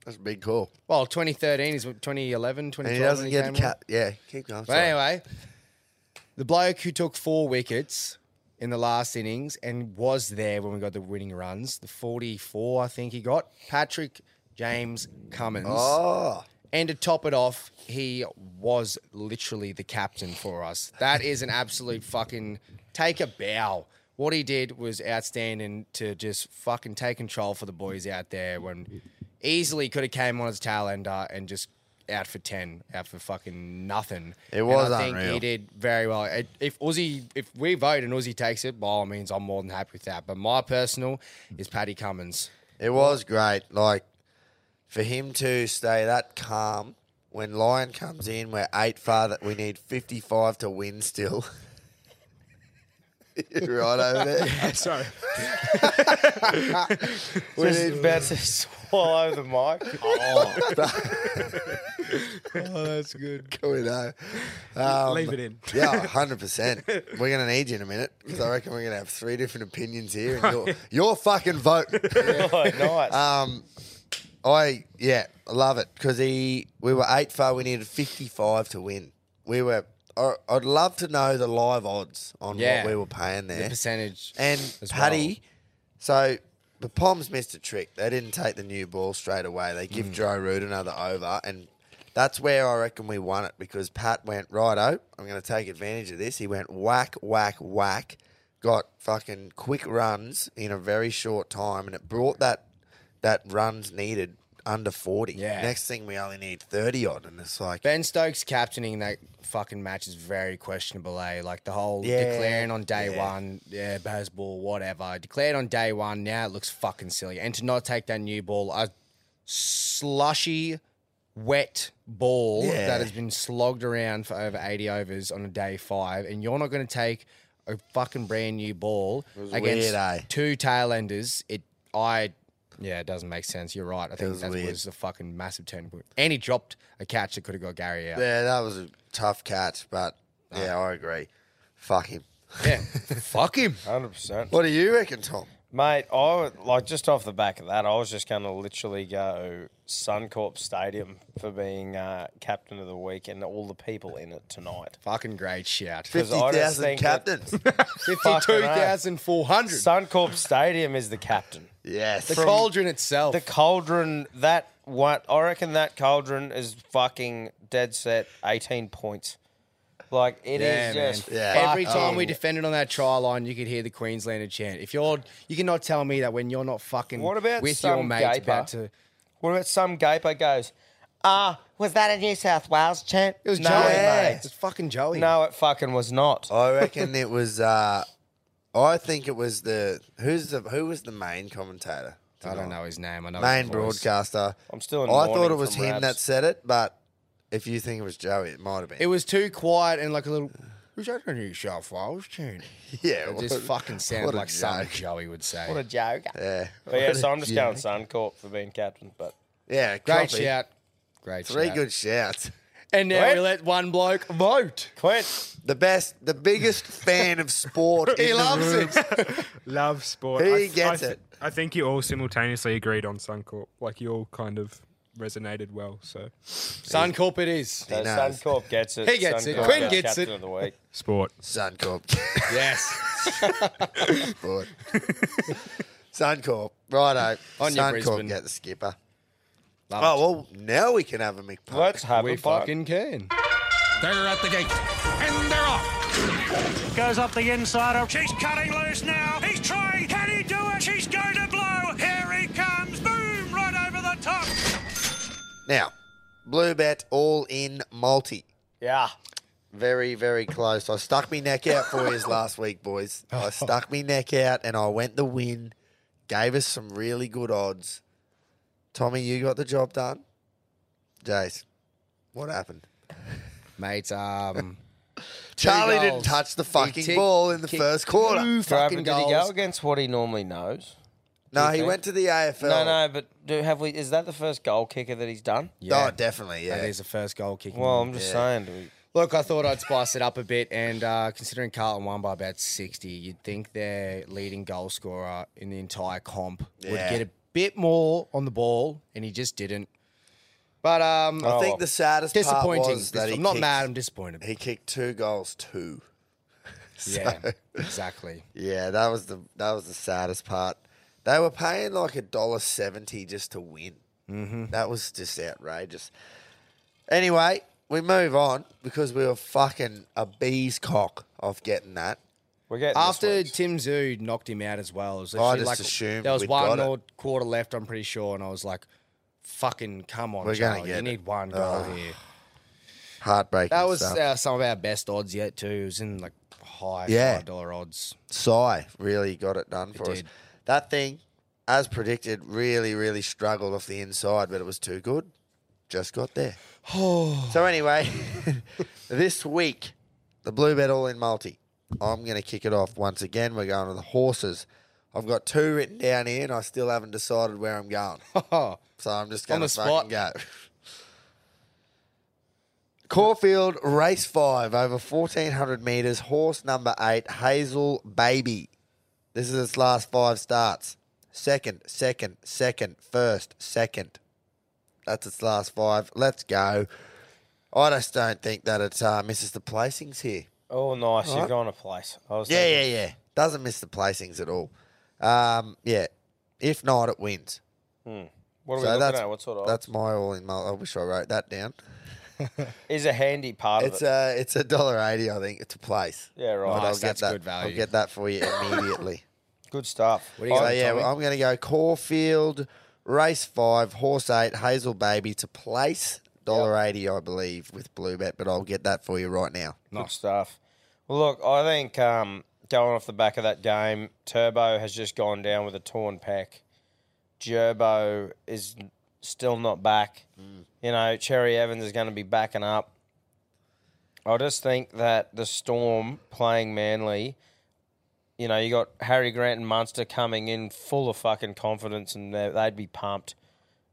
S7: That's a big call.
S9: well, 2013 is 2011,
S7: And
S9: 2012.
S7: he doesn't
S9: when
S7: get
S9: came
S7: the
S9: on.
S7: cut. Yeah, keep going.
S9: But
S7: sorry.
S9: anyway, the bloke who took four wickets in the last innings and was there when we got the winning runs, the 44, I think he got, Patrick James Cummins.
S7: Oh,
S9: And to top it off, he was literally the captain for us. That is an absolute fucking take a bow. What he did was outstanding to just fucking take control for the boys out there when easily could have came on his tail ender and just out for 10, out for fucking nothing.
S7: It was
S9: and I think
S7: unreal.
S9: he did very well. It- If Aussie, if we vote and Aussie takes it, by all means, I'm more than happy with that. But my personal is Paddy Cummins.
S7: it was great. Like, for him to stay that calm when Lion comes in, we're eight far that we need 55 to win still. You're right over there.
S9: Sorry.
S7: We
S8: Just
S7: need-
S8: about to swallow the mic.
S9: Oh, that's good.
S7: we know. Um,
S9: Leave it in.
S7: Yeah, hundred percent. We're gonna need you in a minute because I reckon we're gonna have three different opinions here, and your your fucking vote.
S8: Oh, nice.
S7: Um, I yeah, I love it because he we were eight far. We needed fifty five to win. We were. I, I'd love to know the live odds on
S9: Yeah.
S7: what we were paying there.
S9: Percentage.
S7: And
S9: as
S7: Paddy, so the Poms missed a trick. They didn't take the new ball straight away. They
S9: Mm.
S7: give Joe Root another over, and that's where I reckon we won it because Pat went righto. I'm going to take advantage of this. He went whack, whack, whack. Got fucking quick runs in a very short time, and it brought that that runs needed under forty.
S9: Yeah.
S7: Next thing we only need thirty odd, and it's like
S9: Ben Stokes captaining that fucking match is very questionable, eh? Like the whole
S7: Yeah,
S9: declaring on day
S7: yeah.
S9: one, yeah, Baz ball, whatever. Declared on day one, now it looks fucking silly. And to not take that new ball, a slushy, wet ball
S7: Yeah.
S9: that has been slogged around for over 80 overs on a day five, and you're not going to take a fucking brand new ball against
S7: weird, eh?
S9: two tail enders. It, I. Yeah, it doesn't make sense. You're right. I think
S7: was
S9: that
S7: weird.
S9: was a fucking massive turning point. And he dropped a catch that could have got Gary out.
S7: yeah, that was a tough catch, but yeah, I agree. Fuck him.
S9: Yeah. Fuck him.
S8: 100%.
S7: What do you reckon, Tom?
S8: Mate, I would, like just off the back of that, I was just going to literally go Suncorp Stadium for being uh, captain of the week and all the people in it tonight.
S9: Fucking great shout.
S8: 'Cause I just
S7: 50,000
S8: think that-
S7: captains.
S8: Fucking hell.
S9: 52,400.
S8: Suncorp Stadium is the captain.
S7: yes.
S9: The cauldron itself.
S8: The cauldron that what I reckon that cauldron is fucking dead set. Eighteen points, like it is
S9: yeah, man.
S8: just
S7: Yeah.
S9: Every time we
S8: fucking-
S9: defended on that try line, you could hear the Queenslander chant. If you're, you cannot tell me that when you're not fucking
S8: What about
S9: with your
S8: some
S9: mates
S8: gaper?
S9: about to.
S8: What about some gaper goes? Ah, was that a New South Wales chant?
S9: It was
S8: no,
S9: Joey,
S8: mate.
S9: It was fucking Joey.
S8: No, it fucking was not.
S7: I reckon it was. Uh, I think it was the who's the who was the main commentator.
S9: I don't know his name. I know
S7: Main
S9: his voice.
S7: broadcaster.
S8: I'm still in
S7: I thought
S8: mourning
S7: it was
S8: from
S7: him
S8: Rabs.
S7: that said it, but if you think it was Joey, it might have been.
S9: It was too quiet and like a little. Who's that a New South Wales chant?
S7: yeah,
S9: It just
S7: what-
S9: fucking sounded
S7: what a
S9: like something
S7: joke.
S9: Joey would say.
S8: What a joke.
S7: Yeah,
S8: But yeah, so I'm just going Suncorp for being captain. But
S7: yeah.
S9: great
S7: copy.
S9: shout. Great
S7: Three
S9: shout.
S7: good shouts.
S9: And now
S8: Right?
S9: we let one bloke vote.
S8: Quint,
S7: The best, the biggest fan of sport.
S9: He
S7: in the
S9: loves
S7: room.
S9: it.
S10: Love sport.
S7: He
S10: I th-
S7: gets
S10: I th-
S7: it.
S10: I think you all simultaneously agreed on Suncorp. Like you all kind of resonated well. So
S9: Suncorp it is.
S8: so
S7: knows.
S8: Suncorp gets it.
S9: He gets it.
S8: Suncorp
S9: Quinn
S8: goes
S9: gets
S8: captain
S9: it.
S8: of the week.
S10: sport.
S7: Suncorp.
S9: Yes.
S7: Sport. Suncorp. Righto.
S9: On your Brisbane.
S7: Suncorp get the skipper.
S9: Love it.
S7: Oh well, now we can have a McPuck.
S8: Let's have
S9: we
S8: a bite.
S9: fucking can.
S5: They're at the gate. And they're off.
S6: Goes up the inside of
S5: She's cutting loose now. He's trying. Can he do it? She's going to blow. Here he comes. Boom. Right over the top.
S7: Now, blue bet all in multi.
S8: Yeah.
S7: Very, very close. I stuck my neck out for you last week, boys. I stuck my neck out and I went the win. Gave us some really good odds. Tommy, you got the job done. Jace, what happened?
S9: Mate, um
S7: Charlie didn't
S9: goals.
S7: touch the
S9: He
S7: fucking
S9: ticked-
S7: ball in the
S9: kicked
S7: first quarter. Oh,
S9: two
S8: Fucking
S9: fucking
S8: did he go
S9: goals.
S8: against what he normally knows?
S7: no, he went to the AFL.
S8: No, no, but do have we? Is that the first goal kicker that he's done?
S7: Oh, definitely, yeah.
S9: That is the first goal kicking.
S8: Well, I'm just saying. Do we,
S9: Look, I thought I'd spice it up a bit, and uh, considering Carlton won by about 60, you'd think their leading goal scorer in the entire comp would
S7: Yeah.
S9: get a bit more on the ball, and he just didn't. But um,
S7: I think the saddest Oh, part
S9: disappointing.
S7: was that he
S9: I'm not
S7: kicked,
S9: mad. I'm disappointed.
S7: He kicked two goals, two.
S9: yeah, exactly.
S7: Yeah, that was the that was the saddest part. They were paying like a dollar seventy just to win. Mm-hmm. That was just outrageous. Anyway, we move on because we were fucking a bee's cock off getting that.
S8: we're getting this
S9: After
S8: week's.
S9: Tim Zoo knocked him out as well, it was
S7: I
S9: literally
S7: just
S9: like
S7: assumed
S9: there was
S7: we'd
S9: one
S7: got it.
S9: or quarter left, I'm pretty sure, and I was like, "Fucking come on,
S7: We're gonna get
S9: Charlie, you
S7: it." Ah,
S9: need one goal here."
S7: Heartbreaking.
S9: That was
S7: stuff.
S9: uh, some of our best odds yet too. It was in like high
S7: Yeah.
S9: five dollar odds.
S7: Psy really got it done for us.
S9: did.
S7: That thing, as predicted, really, really struggled off the inside, but it was too good. Just got there. so anyway, this week, the Blue Bet All In Multi. I'm going to kick it off once again. We're going to the horses. I've got two written down here, and I still haven't decided where I'm going. so I'm just
S9: Oh. On
S7: going
S9: the
S7: to fucking
S9: spot.
S7: go. Caulfield Race 5 over 1400 metres, horse number 8, Hazel Baby. This is its last five starts. Second, second, second, first, second. That's its last five. Let's go. I just don't think that it uh, misses the placings here.
S8: Oh, nice.
S7: All
S8: You've
S7: right.
S8: gone a place. I was
S7: Yeah, yeah,
S8: thinking-
S7: yeah. Doesn't miss the placings at all. Um, yeah. If not, it wins.
S8: Hmm. What are we
S7: So
S8: looking
S7: that's-
S8: at? What sort of?
S7: That's my all in my. I wish I wrote that down.
S8: is a handy part
S7: It's
S8: of it.
S7: a it's a dollar eighty, I think. It's a place.
S8: Yeah, right.
S7: But
S8: Nice,
S9: that's
S7: that.
S9: good value.
S7: I'll get that for you immediately.
S8: Good stuff.
S9: What do you
S7: so
S9: got,
S7: yeah,
S9: Tommy?
S7: I'm going to go Caulfield, race five, horse eight, Hazel Baby to place dollar eighty, I believe, with Blue Bet. But I'll get that for you right now.
S8: Good stuff. Well, look, I think um, going off the back of that game, Turbo has just gone down with a torn pec. Gerbo is n- still not back. You know, Cherry Evans is going to be backing up. I just think that the Storm playing Manly, you know, you got Harry Grant and Munster coming in full of fucking confidence and they- they'd be pumped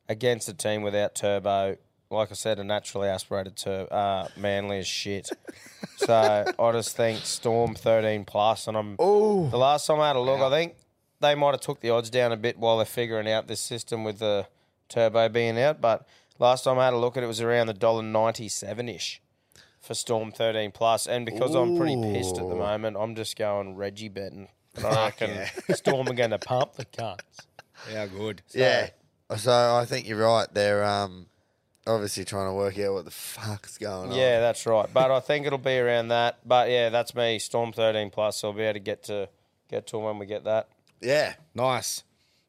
S8: against a team without Turbo. Like I said, a naturally aspirated tur uh, Manly as shit. so I just think Storm 13 plus, and I'm.
S7: Oh,
S8: The last time I had a look, I think they might have took the odds down a bit while they're figuring out this system with the turbo being out. But last time I had a look at it, it was around the dollar ninety seven ish for Storm thirteen plus. And because I'm pretty pissed at the
S7: Ooh.
S8: moment, I'm just going Reggie betting. And I reckon Storm are going to pump the cunts.
S9: Yeah, good.
S7: yeah. So I think you're right. They're um obviously trying to work out what the fuck's going on.
S8: Yeah, that's right. But I think it'll be around that. But yeah, that's me. Storm thirteen plus. So I'll be able to get to get to 'em when we get that.
S7: yeah.
S9: Nice.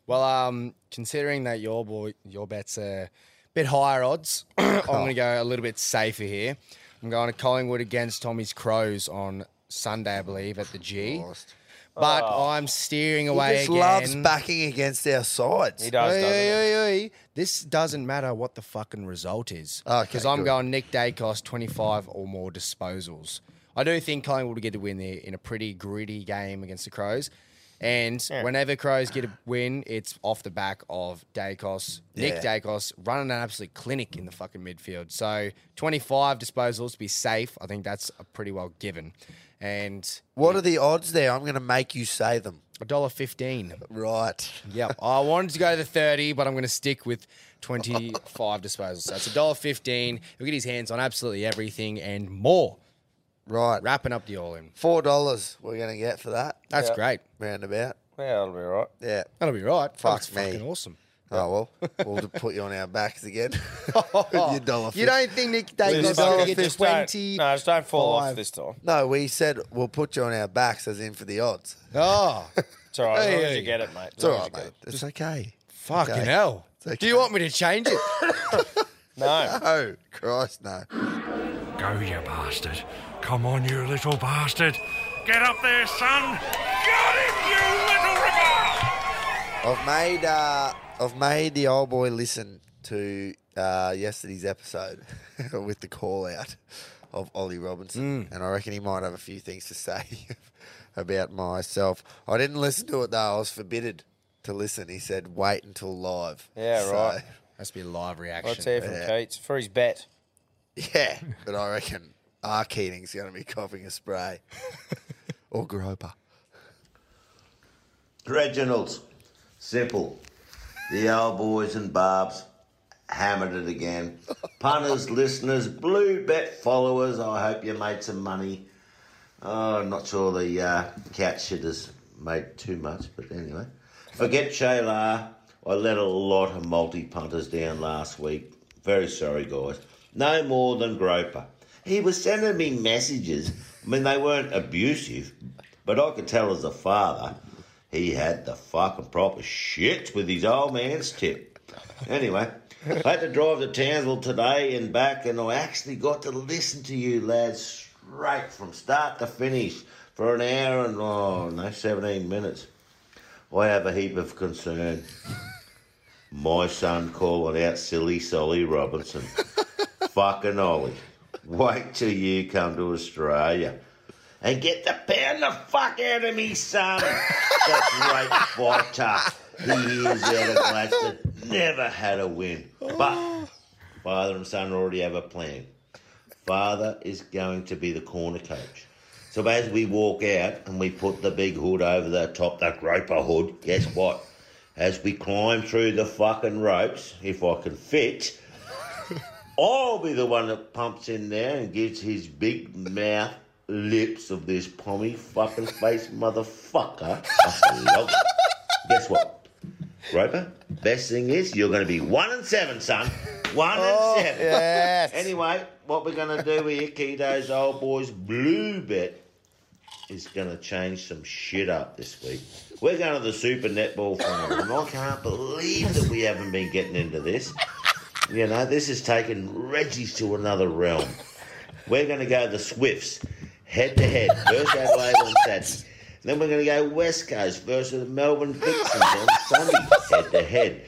S9: Well, um, considering that your boy, your bet's a bit higher odds, I'm going to go a little bit safer here. I'm going to Collingwood against Tommy's Crows on Sunday, I believe, at the G. But
S8: Oh,
S9: I'm steering
S7: He
S9: away
S7: just
S9: again.
S7: loves E. backing against our sides.
S8: He does.
S9: Oi,
S8: doesn't he?
S9: oi, oi, oi. This doesn't matter what the fucking result is.
S7: Okay,
S9: Because I'm
S7: good.
S9: going Nick Dacos, 25 or more disposals. I do think Collingwood will get the win there in a pretty gritty game against the Crows. And whenever Crows get a win, it's off the back of Dacos, Nick
S7: Yeah.
S9: Dacos, running an absolute clinic in the fucking midfield. So 25 disposals to be safe. I think that's a pretty well given. And
S7: What are the odds there? I'm going to make you say them.
S9: $1.15.
S7: Right.
S9: Yeah, I wanted to go to the 30, but I'm going to stick with 25 disposals. So it's $1.15. He'll get his hands on absolutely everything and more.
S7: Right.
S9: Wrapping up the all in.
S7: Four dollars we're going to get for that
S9: That's
S8: Yeah.
S9: great.
S7: roundabout.
S8: Yeah, it'll be all right.
S7: Yeah.
S9: That'll be right.
S7: Fuck
S9: That's
S7: me.
S9: fucking awesome.
S7: Oh well, we'll just put you on our backs again. With your dollar.
S9: Oh. You don't think Nick
S8: Just
S9: Davis
S8: fucking-
S9: going to get
S8: just don't-
S9: 20?
S8: No, just don't fall off this time.
S7: No, we said we'll put you on our backs as in for the odds.
S9: Oh,
S8: It's all right. as long as
S9: Hey.
S8: you get it, mate. As
S7: It's
S8: long
S7: all
S8: as
S7: right,
S8: you get
S7: mate. It's okay.
S9: fucking
S7: Okay.
S9: hell.
S7: It's
S9: Do you
S7: okay.
S9: want me to change it?
S8: it. No.
S7: Oh Christ, no.
S5: Go, you bastard. Come on, you little bastard. Get up there, son. Got him, you little river.
S7: I've made uh, I've made the old boy listen to uh, yesterday's episode with the call out of Ollie Robinson, and I reckon he might have a few things to say about myself. I didn't listen to it though; I was forbidden to listen. He said, "Wait until live."
S8: Yeah,
S7: So,
S8: right.
S9: That's be a live reaction.
S8: Let's hear from Keats for his bet.
S7: Yeah, but I reckon R. Keating's going to be coughing a spray or Groper.
S11: Reginald's. Simple. The old boys and barbs hammered it again. Punters, listeners, blue bet followers, I hope you made some money. Oh, I'm not sure the uh, cat shitters made too much, but anyway. Forget Shayla. I let a lot of multi punters down last week. Very sorry, guys. No more than Groper. He was sending me messages. I mean, they weren't abusive, but I could tell as a father he had the fucking proper shits with his old man's tip. Anyway, I had to drive to Townsville today and back, and I actually got to listen to you lads straight from start to finish for an hour and, oh, no, 17 minutes. I have a heap of concern. My son calling out silly Solly Robinson. Fucking Ollie. Wait till you come to Australia. and get the pound the fuck out of me, son. That's right, fighter. He is out of Gladstone. Never had a win. But father and son already have a plan. Father is going to be the corner coach. So as we walk out and we put the big hood over the top, the groper hood, guess what? As we climb through the fucking ropes, if I can fit, I'll be the one that pumps in there and gives his big mouth lips of this pommy fucking face motherfucker a log. Guess what? Roper, best thing is you're going to be one and seven, son. One
S6: Oh,
S11: and seven.
S6: yes.
S11: Anyway, what we're going to do here, Keto's old boys, Blue Bet is going to change some shit up this week. We're going to the Super Netball Final, and I can't believe that we haven't been getting into this. You know, this has taken Reggie's to another realm. We're going to go the Swifts head to head, first Adelaide on Saturday. Then we're going to go West Coast versus the Melbourne Vixens on Sunday, head to head.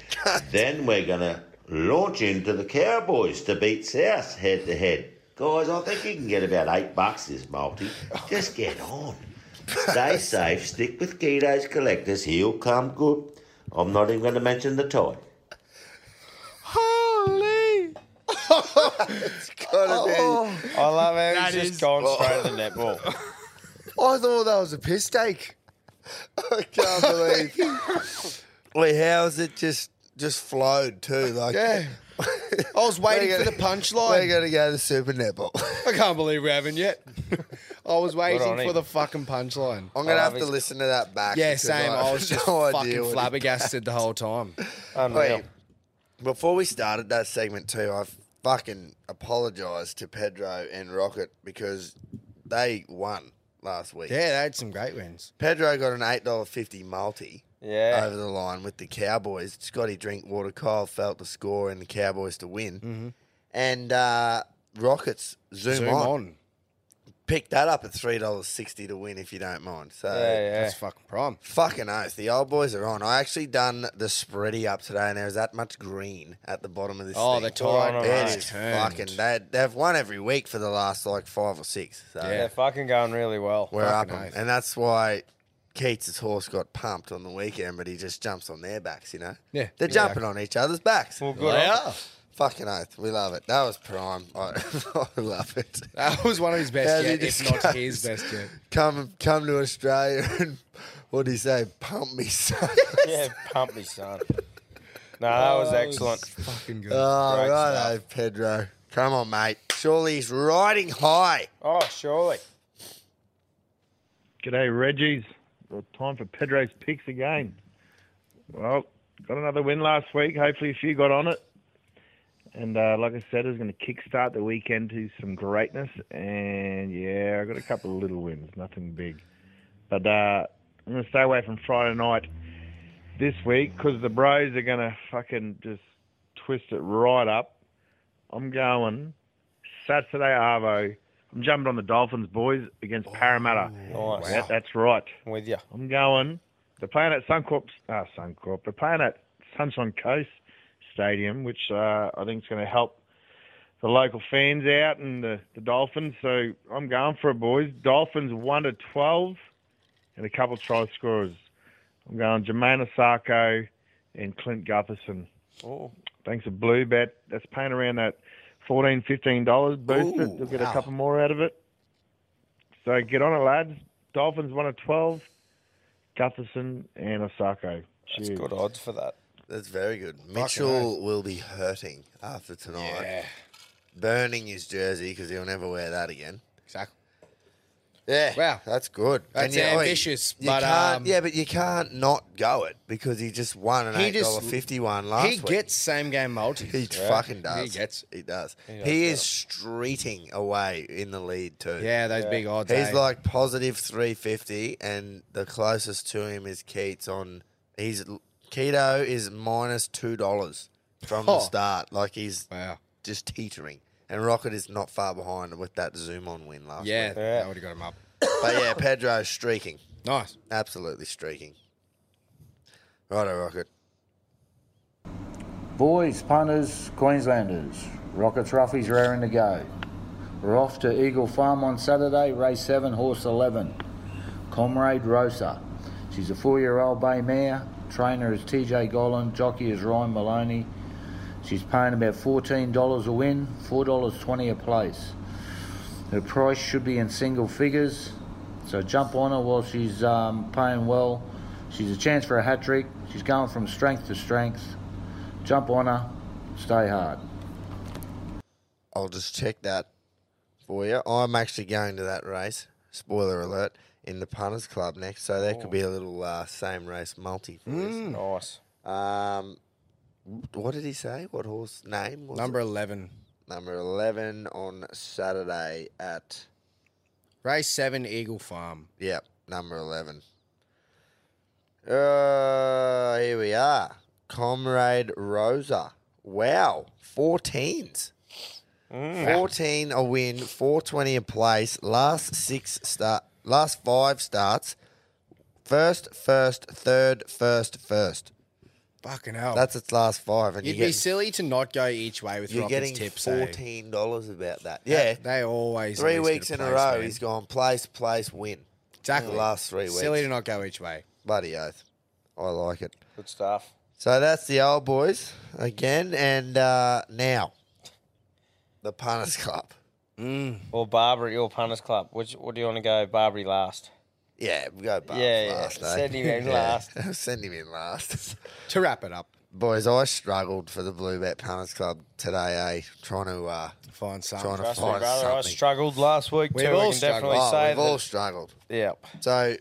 S11: Then we're going to launch into the Cowboys to beat South head to head. Guys, I think you can get about eight bucks this multi. Just get on. Stay safe. Stick with Guido's collectors. He'll come good. I'm not even going to mention the tie.
S7: Holy! Oh, it's gotta be.
S8: I love how he's just gone straight to the netball.
S7: I thought that was a piss take. I can't believe. Like, how's it just just flowed too? Like,
S9: Yeah. I was waiting for the
S7: We're
S9: punchline.
S7: gonna go to Super Netball.
S9: I can't believe we haven't yet. I was waiting
S7: on
S9: for
S7: him.
S9: the fucking punchline.
S7: I'm gonna have to listen to that back.
S9: Yeah,
S7: because
S9: same.
S7: I
S9: I
S7: have
S9: was just
S7: no idea
S9: fucking
S7: what he-
S9: flabbergasted the whole time.
S7: Wait, before we started that segment too, I fucking apologised to Pedro and Rocket because they won last week.
S9: Yeah, they had some great wins.
S7: Pedro got an eight dollar fifty multi.
S8: Yeah.
S7: Over the line with the Cowboys. Scotty Drinkwater, Kyle felt the score and the Cowboys to win. And uh, Rockets zoom,
S9: Mm-hmm. Zoom
S7: on.
S9: on.
S7: Pick that up at three dollars sixty to win if you don't mind. So
S9: Yeah, yeah. That's fucking prime.
S7: Fucking oath. The old boys are on. I actually done the spready up today, and there was that much green at the bottom of this.
S9: Oh,
S7: thing.
S9: the
S7: It
S9: tide has
S7: is
S9: turned.
S7: fucking. They, they've won every week for the last like five or six. So
S8: They're fucking going really well.
S7: we're up 'em. and that's why Keats's horse got pumped on the weekend, but he just jumps on their backs, you know.
S9: Yeah.
S7: they're jumping on each other's backs. Well,
S9: good They on them. are.
S7: Fucking oath, we love it. That was prime. I, I love it.
S9: That was one of his best
S7: As he
S9: yet, if
S7: just
S9: not
S7: goes,
S9: his best yet.
S7: Come, come to Australia and what do you say? Pump me, son.
S8: yeah, pump me, son. No, that was excellent.
S9: Fucking good.
S7: Oh, righto, Pedro. Come on, mate. Surely he's riding high.
S8: Oh, surely.
S12: G'day, Reggie's. Well, time for Pedro's picks again. Well, got another win last week. Hopefully, a few got on it. And uh, like I said, it's going to kickstart the weekend to some greatness. And yeah, I got a couple of little wins, nothing big. But uh, I'm going to stay away from Friday night this week because the bros are going to fucking just twist it right up. I'm going Saturday, Arvo. I'm jumping on the Dolphins, boys, against Parramatta.
S8: Nice.
S12: That- that's right.
S8: with you.
S12: I'm going. They're playing at Suncorp, uh, Suncorp. They're playing at Sunshine Coast Stadium, which uh, I think is going to help the local fans out and the, the Dolphins. So I'm going for it, boys. Dolphins one to twelve, and a couple try scorers. I'm going Jermaine Osako and Clint Gutherson.
S8: Oh.
S12: Thanks to Blue Bet. That's paying around that $14, $15. Boost
S13: Ooh,
S12: it. You'll get
S13: wow.
S12: a couple more out of it. So get on it, lads. Dolphins 1 of 12. Gutherson and Osako. Cheers.
S8: Good odds for that.
S7: That's very good.
S12: Fucking
S7: Mitchell will be hurting after tonight. Burning his jersey because he'll never wear that again.
S9: Exactly.
S7: Yeah. Wow. That's good.
S9: That's
S7: you- oi,
S9: ambitious,
S7: you
S9: but,
S7: can't,
S9: um,
S7: yeah, but you can't not go it because he just won an
S9: He just-
S7: $8.51 last
S9: he
S7: week.
S9: gets same game multis.
S7: He fucking does.
S9: He gets.
S7: He does.
S9: He
S7: He,
S9: does
S7: is streeting away in the lead too.
S9: Yeah, those Yeah. big odds,
S7: He's
S9: eh?
S7: like positive three fifty, and the closest to him is Keats on. He's Keto is minus two dollars from the
S9: Oh.
S7: start. Like he's just teetering, and Rocket is not far behind with that zoom on win last
S9: Yeah,
S7: week.
S9: that would have got him up.
S7: But yeah, Pedro's streaking.
S9: Nice.
S7: Absolutely streaking. Righto, Rocket.
S14: Boys, punters, Queenslanders, Rockets Roughies raring to go.
S13: We're off to Eagle Farm on Saturday, race 7, horse 11. Comrade Rosa. She's a four year old bay mare. Trainer is TJ Gollan, jockey is Ryan Maloney. She's paying about $14 a win, $4.20 a place. Her price should be in single figures, so jump on her while she's um, paying well. She's a chance for a hat trick. She's going from strength to strength. Jump on her, stay hard.
S7: I'll just check that for you. I'm actually going to that race. Spoiler alert in the punters club next, so there
S9: Oh.
S7: could be a little uh, same race multi. For
S9: Hmm.
S8: Nice.
S7: Um, what did he say? What horse name? Was
S9: Number
S7: it?
S9: eleven.
S7: Number eleven on Saturday at
S9: race seven, Eagle Farm.
S7: Yep, number eleven. Uh, here we are, Comrade Rosa. Wow, fourteens.
S9: Mm.
S7: 14 a win, 420 a place. Last six start, last five starts. First, first, third, first, first.
S9: Fucking hell.
S7: That's its last five, and
S9: You'd
S7: you're
S9: be
S7: getting,
S9: silly to not go each way with
S7: you're
S9: Rocket's
S7: getting
S9: tips. eh?
S7: fourteen dollars about that.
S9: That-
S7: Yeah,
S9: they always
S7: three
S9: always get
S7: weeks in a
S9: place,
S7: row.
S9: man.
S7: He's gone place, place, win.
S9: Exactly.
S7: In the last three weeks.
S9: Silly to not go each way.
S7: Bloody oath. I like it.
S8: Good stuff.
S7: So that's the old boys again, and uh, now the punters club.
S8: Or Barbary or Punters Club. Which what do you want to go Barbary last?
S7: Yeah, we go Barbary
S8: yeah,
S7: last,
S8: Yeah.
S7: eh?
S8: Send him in
S7: Yeah.
S8: last.
S7: Send him in last.
S9: To wrap it up.
S7: Boys, I struggled for the Blue Bet Punters Club today, eh? Trying to uh,
S9: find
S7: something. Trying to
S8: Oh, Trust me,
S7: find
S8: brother. I
S7: something.
S8: struggled last week too. I can definitely
S7: Oh,
S8: say
S7: we've
S8: that.
S7: all struggled.
S8: Yep.
S7: So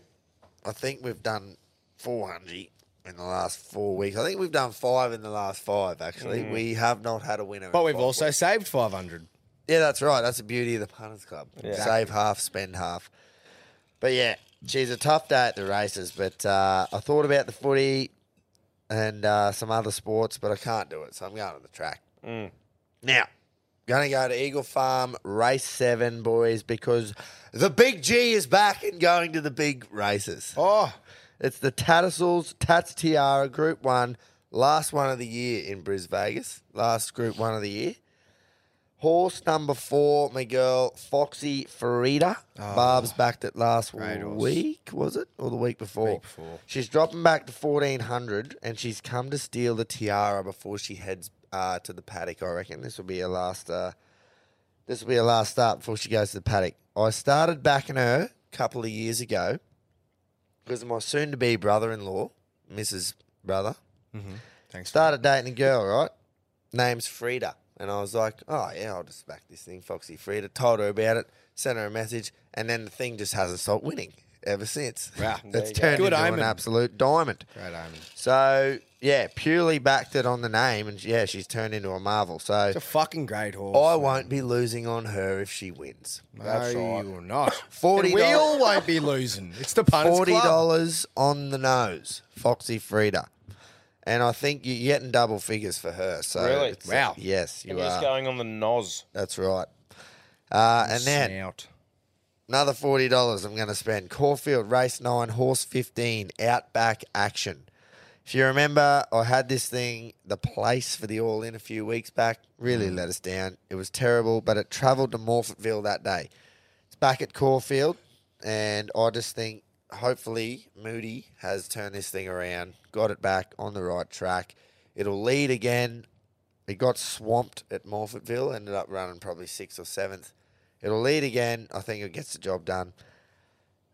S7: I think we've done 400 in the last four weeks. I think we've done five in the last five, actually.
S9: Mm.
S7: We have not had a winner.
S9: But
S7: in
S9: we've
S7: five
S9: also saved five hundred.
S7: Yeah, that's right. That's the beauty of the punters club.
S9: Yeah.
S7: Save half, spend half. But yeah, she's a tough day at the races. But uh, I thought about the footy and uh, some other sports, but I can't do it, so I'm going to the track.
S9: Mm.
S7: Now, going to go to Eagle Farm Race Seven, boys, because the Big G is back and going to the big races.
S9: Oh,
S7: it's the Tattersalls Tats Tiara Group One, last one of the year in Bris Vegas, last Group One of the year. Horse number four, my girl Foxy Farida.
S9: Oh.
S7: Barb's backed it last week, was it? Or the week before?
S9: Week before.
S7: She's dropping back to 1400 and she's come to steal the tiara before she heads uh, to the paddock, I reckon. This will be her last. Uh, this will be her last start before she goes to the paddock. I started backing her a couple of years ago because my soon-to-be brother-in-law, Mrs. Brother,
S9: Mm-hmm. Thanks.
S7: Started dating a girl, right? Name's Frida. And I was like, oh, yeah, I'll just back this thing, Foxy Frida. Told her about it, sent her a message, and then the thing just hasn't stopped winning ever since.
S9: Wow. There
S7: it's
S9: you go.
S7: turned
S9: Good
S7: into
S9: omen.
S7: an absolute diamond.
S9: Great omen.
S7: So, yeah, purely backed it on the name, and yeah, she's turned into a marvel. So,
S9: It's a fucking great horse.
S7: I won't be losing on her if she wins.
S9: No,
S7: That's right.
S9: you will not.
S7: Oh, Forty
S9: And we
S7: dollars-
S9: all won't be losing. It's the punters
S7: Forty
S9: club.
S7: dollars on the nose, Foxy Frida, and I think you're getting double figures for her. So
S8: Really?
S7: it's-
S8: Wow.
S7: Yes, you
S8: and he's
S7: are.
S8: going on the nos.
S7: That's right. Uh, and then
S9: Snout.
S7: another forty dollars I'm going to spend. Caulfield race nine, horse fifteen, Outback action. If you remember, I had this thing, the place for the all in a few weeks back, really let us down. It was terrible, but it travelled to Morfettville that day. It's back at Caulfield, and I just think hopefully Moody has turned this thing around, got it back on the right track. It'll lead again. It got swamped at Morfettville, ended up running probably sixth or seventh. It'll lead again. I think it gets the job done.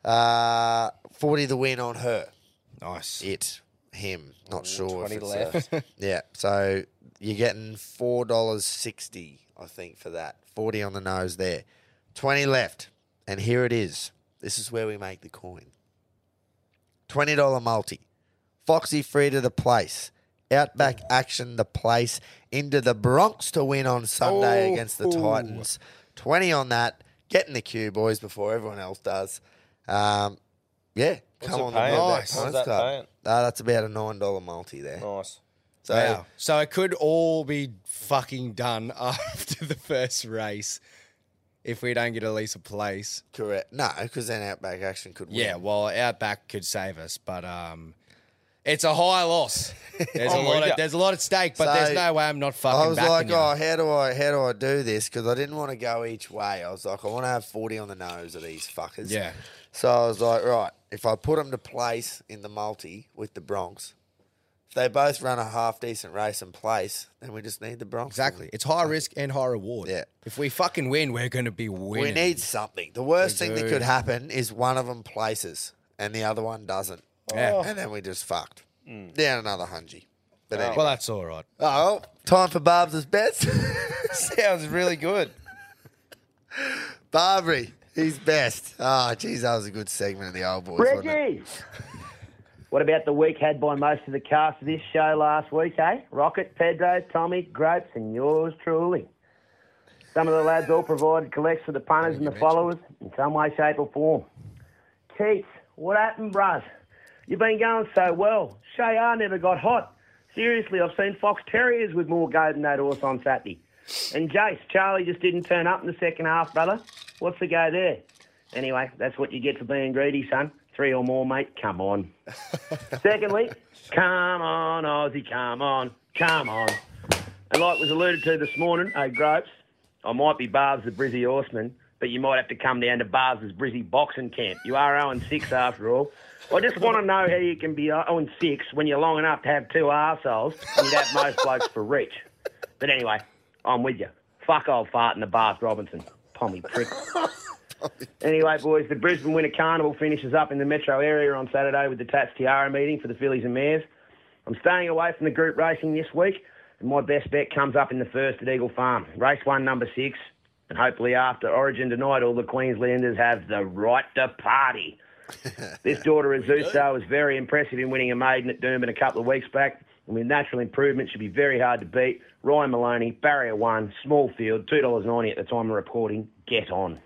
S7: Uh, 40 the win on her.
S9: Nice.
S7: It. Him. Not sure.
S8: 20
S7: if it's
S8: left.
S7: a- yeah. So you're getting $4.60, I think, for that. 40 on the nose there. 20 left. And here it is. This is where we make the coin. $20 multi. Foxy free to the place. Outback action the place into the Bronx to win on Sunday
S9: Oh.
S7: against the Titans. 20 on that. Get in the queue, boys, before everyone else does. Um, yeah,
S8: What's
S7: come
S8: it
S7: on the
S8: paying?
S7: Blue Bet
S8: Nice. What's
S7: Punters
S8: that
S7: Club.
S8: paying?
S7: Ah, that's about a $9 multi there.
S8: Nice.
S7: So
S9: Oh, wow. so it could all be fucking done after the first race if we don't get at least a place.
S7: Correct. No, because then Outback Action could win.
S9: Yeah, well, Outback could save us, but um, It's a high loss. There's a
S7: I'm with
S9: lot.
S7: ya.
S9: Of, there's a lot at stake, but
S7: Oh So,
S9: there's no way I'm not fucking.
S7: I was
S9: backing
S7: like,
S9: you.
S7: oh, how do I how do I do this? Because I didn't want to go each way. I was like, I want to have forty on the nose of these fuckers.
S9: Yeah.
S7: So I was like, right, if I put them to place in the multi with the Bronx, if they both run a half decent race and place, then we just need the Bronx.
S9: Exactly. It's high risk and high reward. Yeah. If we fucking win, we're going to be winning.
S7: We need something. The worst
S9: We
S7: thing that
S9: do.
S7: could happen is one of them places and the other one doesn't.
S9: Yeah. Hmm.
S7: And then we just fucked. Down another hungy. But
S9: Oh.
S7: anyway.
S9: Well, that's all right.
S7: Oh, time for Barb's bets.
S8: Sounds really good.
S7: Barbary, he's best. Oh, geez, that was a good segment of the old boys. wasn't it?
S14: Reggie, what about the week had by most of the cast of this show last week, eh? Rocket, Pedro, Tommy, Gropes, and yours truly. Some of the lads all provided collects for the punters and the followers in some way, shape, or form. Keith, what happened, bruv? You've been going so well. Shay R never got hot. Seriously, I've seen Fox Terriers with more go than that horse on Saturday. And Jace, Charlie just didn't turn up in the second half, brother. What's the go there? Anyway, that's what you get for being greedy, son. Three or more, mate. Come on. Secondly, come on, Aussie, come on, come on. And like was alluded to this morning, hey, Gropes, I might be Barb's the Brizzy horseman, but you might have to come down to Barb's Brizzy boxing camp. You are 0 6 after all. I just want to know how you can be 0 6 when you're long enough to have two arseholes and you'd have most blokes for reach. But anyway, I'm with you. Fuck old fart in the Bath Robinson. Pommy prick. Anyway, boys, the Brisbane Winter Carnival finishes up in the metro area on Saturday with the Tats Tiara meeting for the fillies and Mares. I'm staying away from the group racing this week, and my best bet comes up in the first at Eagle Farm. Race one, number six, and hopefully after Origin tonight, all the Queenslanders have the right to party. this daughter of Zeus, though, was very impressive in winning a maiden at Durban a couple of weeks back, and with natural improvement, should be very hard to beat. Ryan Maloney, barrier one, small field, $2.90 at the time of recording. Get on.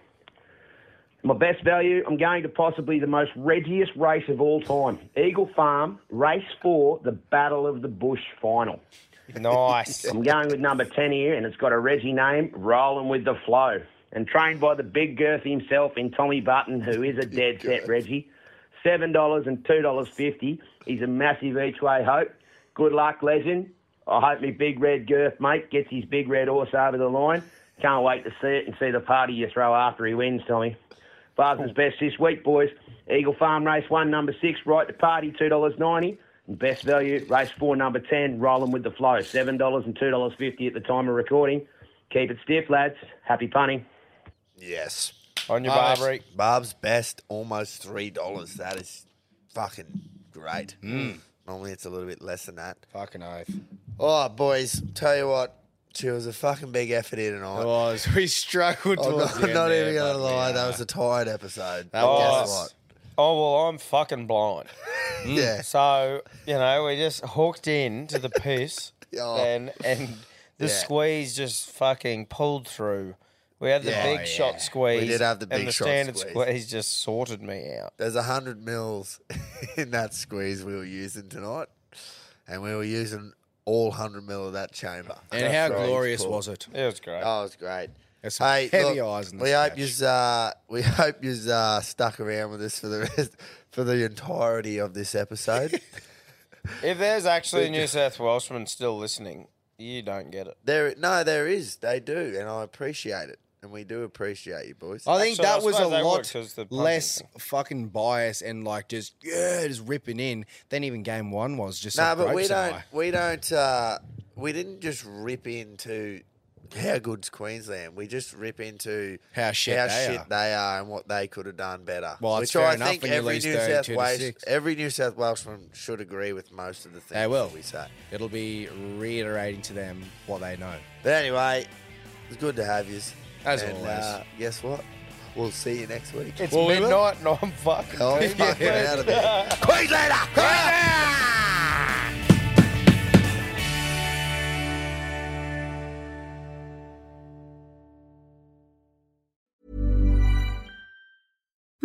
S14: My best value, I'm going to possibly the most reggiest race of all time Eagle Farm, race four, the Battle of the Bush final.
S8: Nice.
S14: I'm going with number 10 here, and it's got a Reggie name, Rolling with the Flow. And trained by the big girth himself in Tommy Button, who is a dead set Reggie. $7 and $2.50. He's a massive each way hope. Good luck, legend. I hope my big red girth mate gets his big red horse over the line. Can't wait to see it and see the party you throw after he wins, Tommy. Barbara's best this week, boys. Eagle Farm Race 1, number 6, right to party, $2.90. And best value, race 4, number 10, rolling with the flow, $7 and $2.50 at the time of recording. Keep it stiff, lads. Happy punning.
S7: Yes.
S8: On
S14: your Barb's- Barbary.
S7: Barb's best, almost three dollars. That is fucking great.
S9: Mm.
S7: Normally it's a little bit less than that.
S9: Fucking oath.
S7: Oh, boys, tell you what, she was a fucking big effort here tonight.
S9: It was. We struggled.
S7: I'm
S9: Oh, towards
S7: not,
S9: the end
S7: not
S9: there,
S7: even gonna
S9: but
S7: lie,
S9: yeah.
S7: that was a tired episode.
S8: That
S7: But
S8: was-
S7: guess what?
S8: Oh well, I'm fucking blind.
S9: Mm.
S7: Yeah.
S8: So you know, we just hooked in to the piss,
S7: Oh.
S8: and and the
S7: Yeah.
S8: squeeze just fucking pulled through. We had the
S7: Yeah.
S8: big
S7: Oh, yeah.
S8: shot squeeze.
S7: We did have the big
S8: and the
S7: shot
S8: standard
S7: squeeze.
S8: squeeze. just sorted me out.
S7: There's a hundred mils in that squeeze we were using tonight, and we were using all hundred mil of that chamber.
S9: And how glorious was it?
S8: It was great.
S7: Oh, it was great.
S9: It's
S7: Hey,
S9: heavy
S7: look,
S9: eyes in the
S7: we hope you uh, we hope you uh, stuck around with us for the rest for the entirety of this episode.
S8: If there's actually a New South Welshman still listening, you don't get it.
S7: there, no, there is. They do, and I appreciate it, and we do appreciate you, boys.
S9: I think that was a lot less fucking bias and like just yeah, just ripping in than even game one was. Just
S7: No,
S9: like
S7: but we
S9: ropes and
S7: don't. We don't. Uh, we didn't just rip into how good's Queensland. We just rip into
S9: How shit they
S7: shit
S9: are.
S7: they are and what they could have done better.
S9: Well, it's
S7: which
S9: fair
S7: I
S9: enough
S7: think
S9: when you
S7: every
S9: lose
S7: New
S9: 32
S7: South
S9: to
S7: Wales,
S9: six.
S7: every New South Welshman should agree with most of the things
S9: They will.
S7: that we say.
S9: It'll be reiterating to them what they know.
S7: But anyway, it's good to have you.
S9: As
S7: and,
S9: always.
S7: uh, guess what? We'll see you next week.
S8: It's midnight, and I'm fucking.
S7: Oh, I'm fucking
S8: Yeah.
S7: out of here. Queenslander!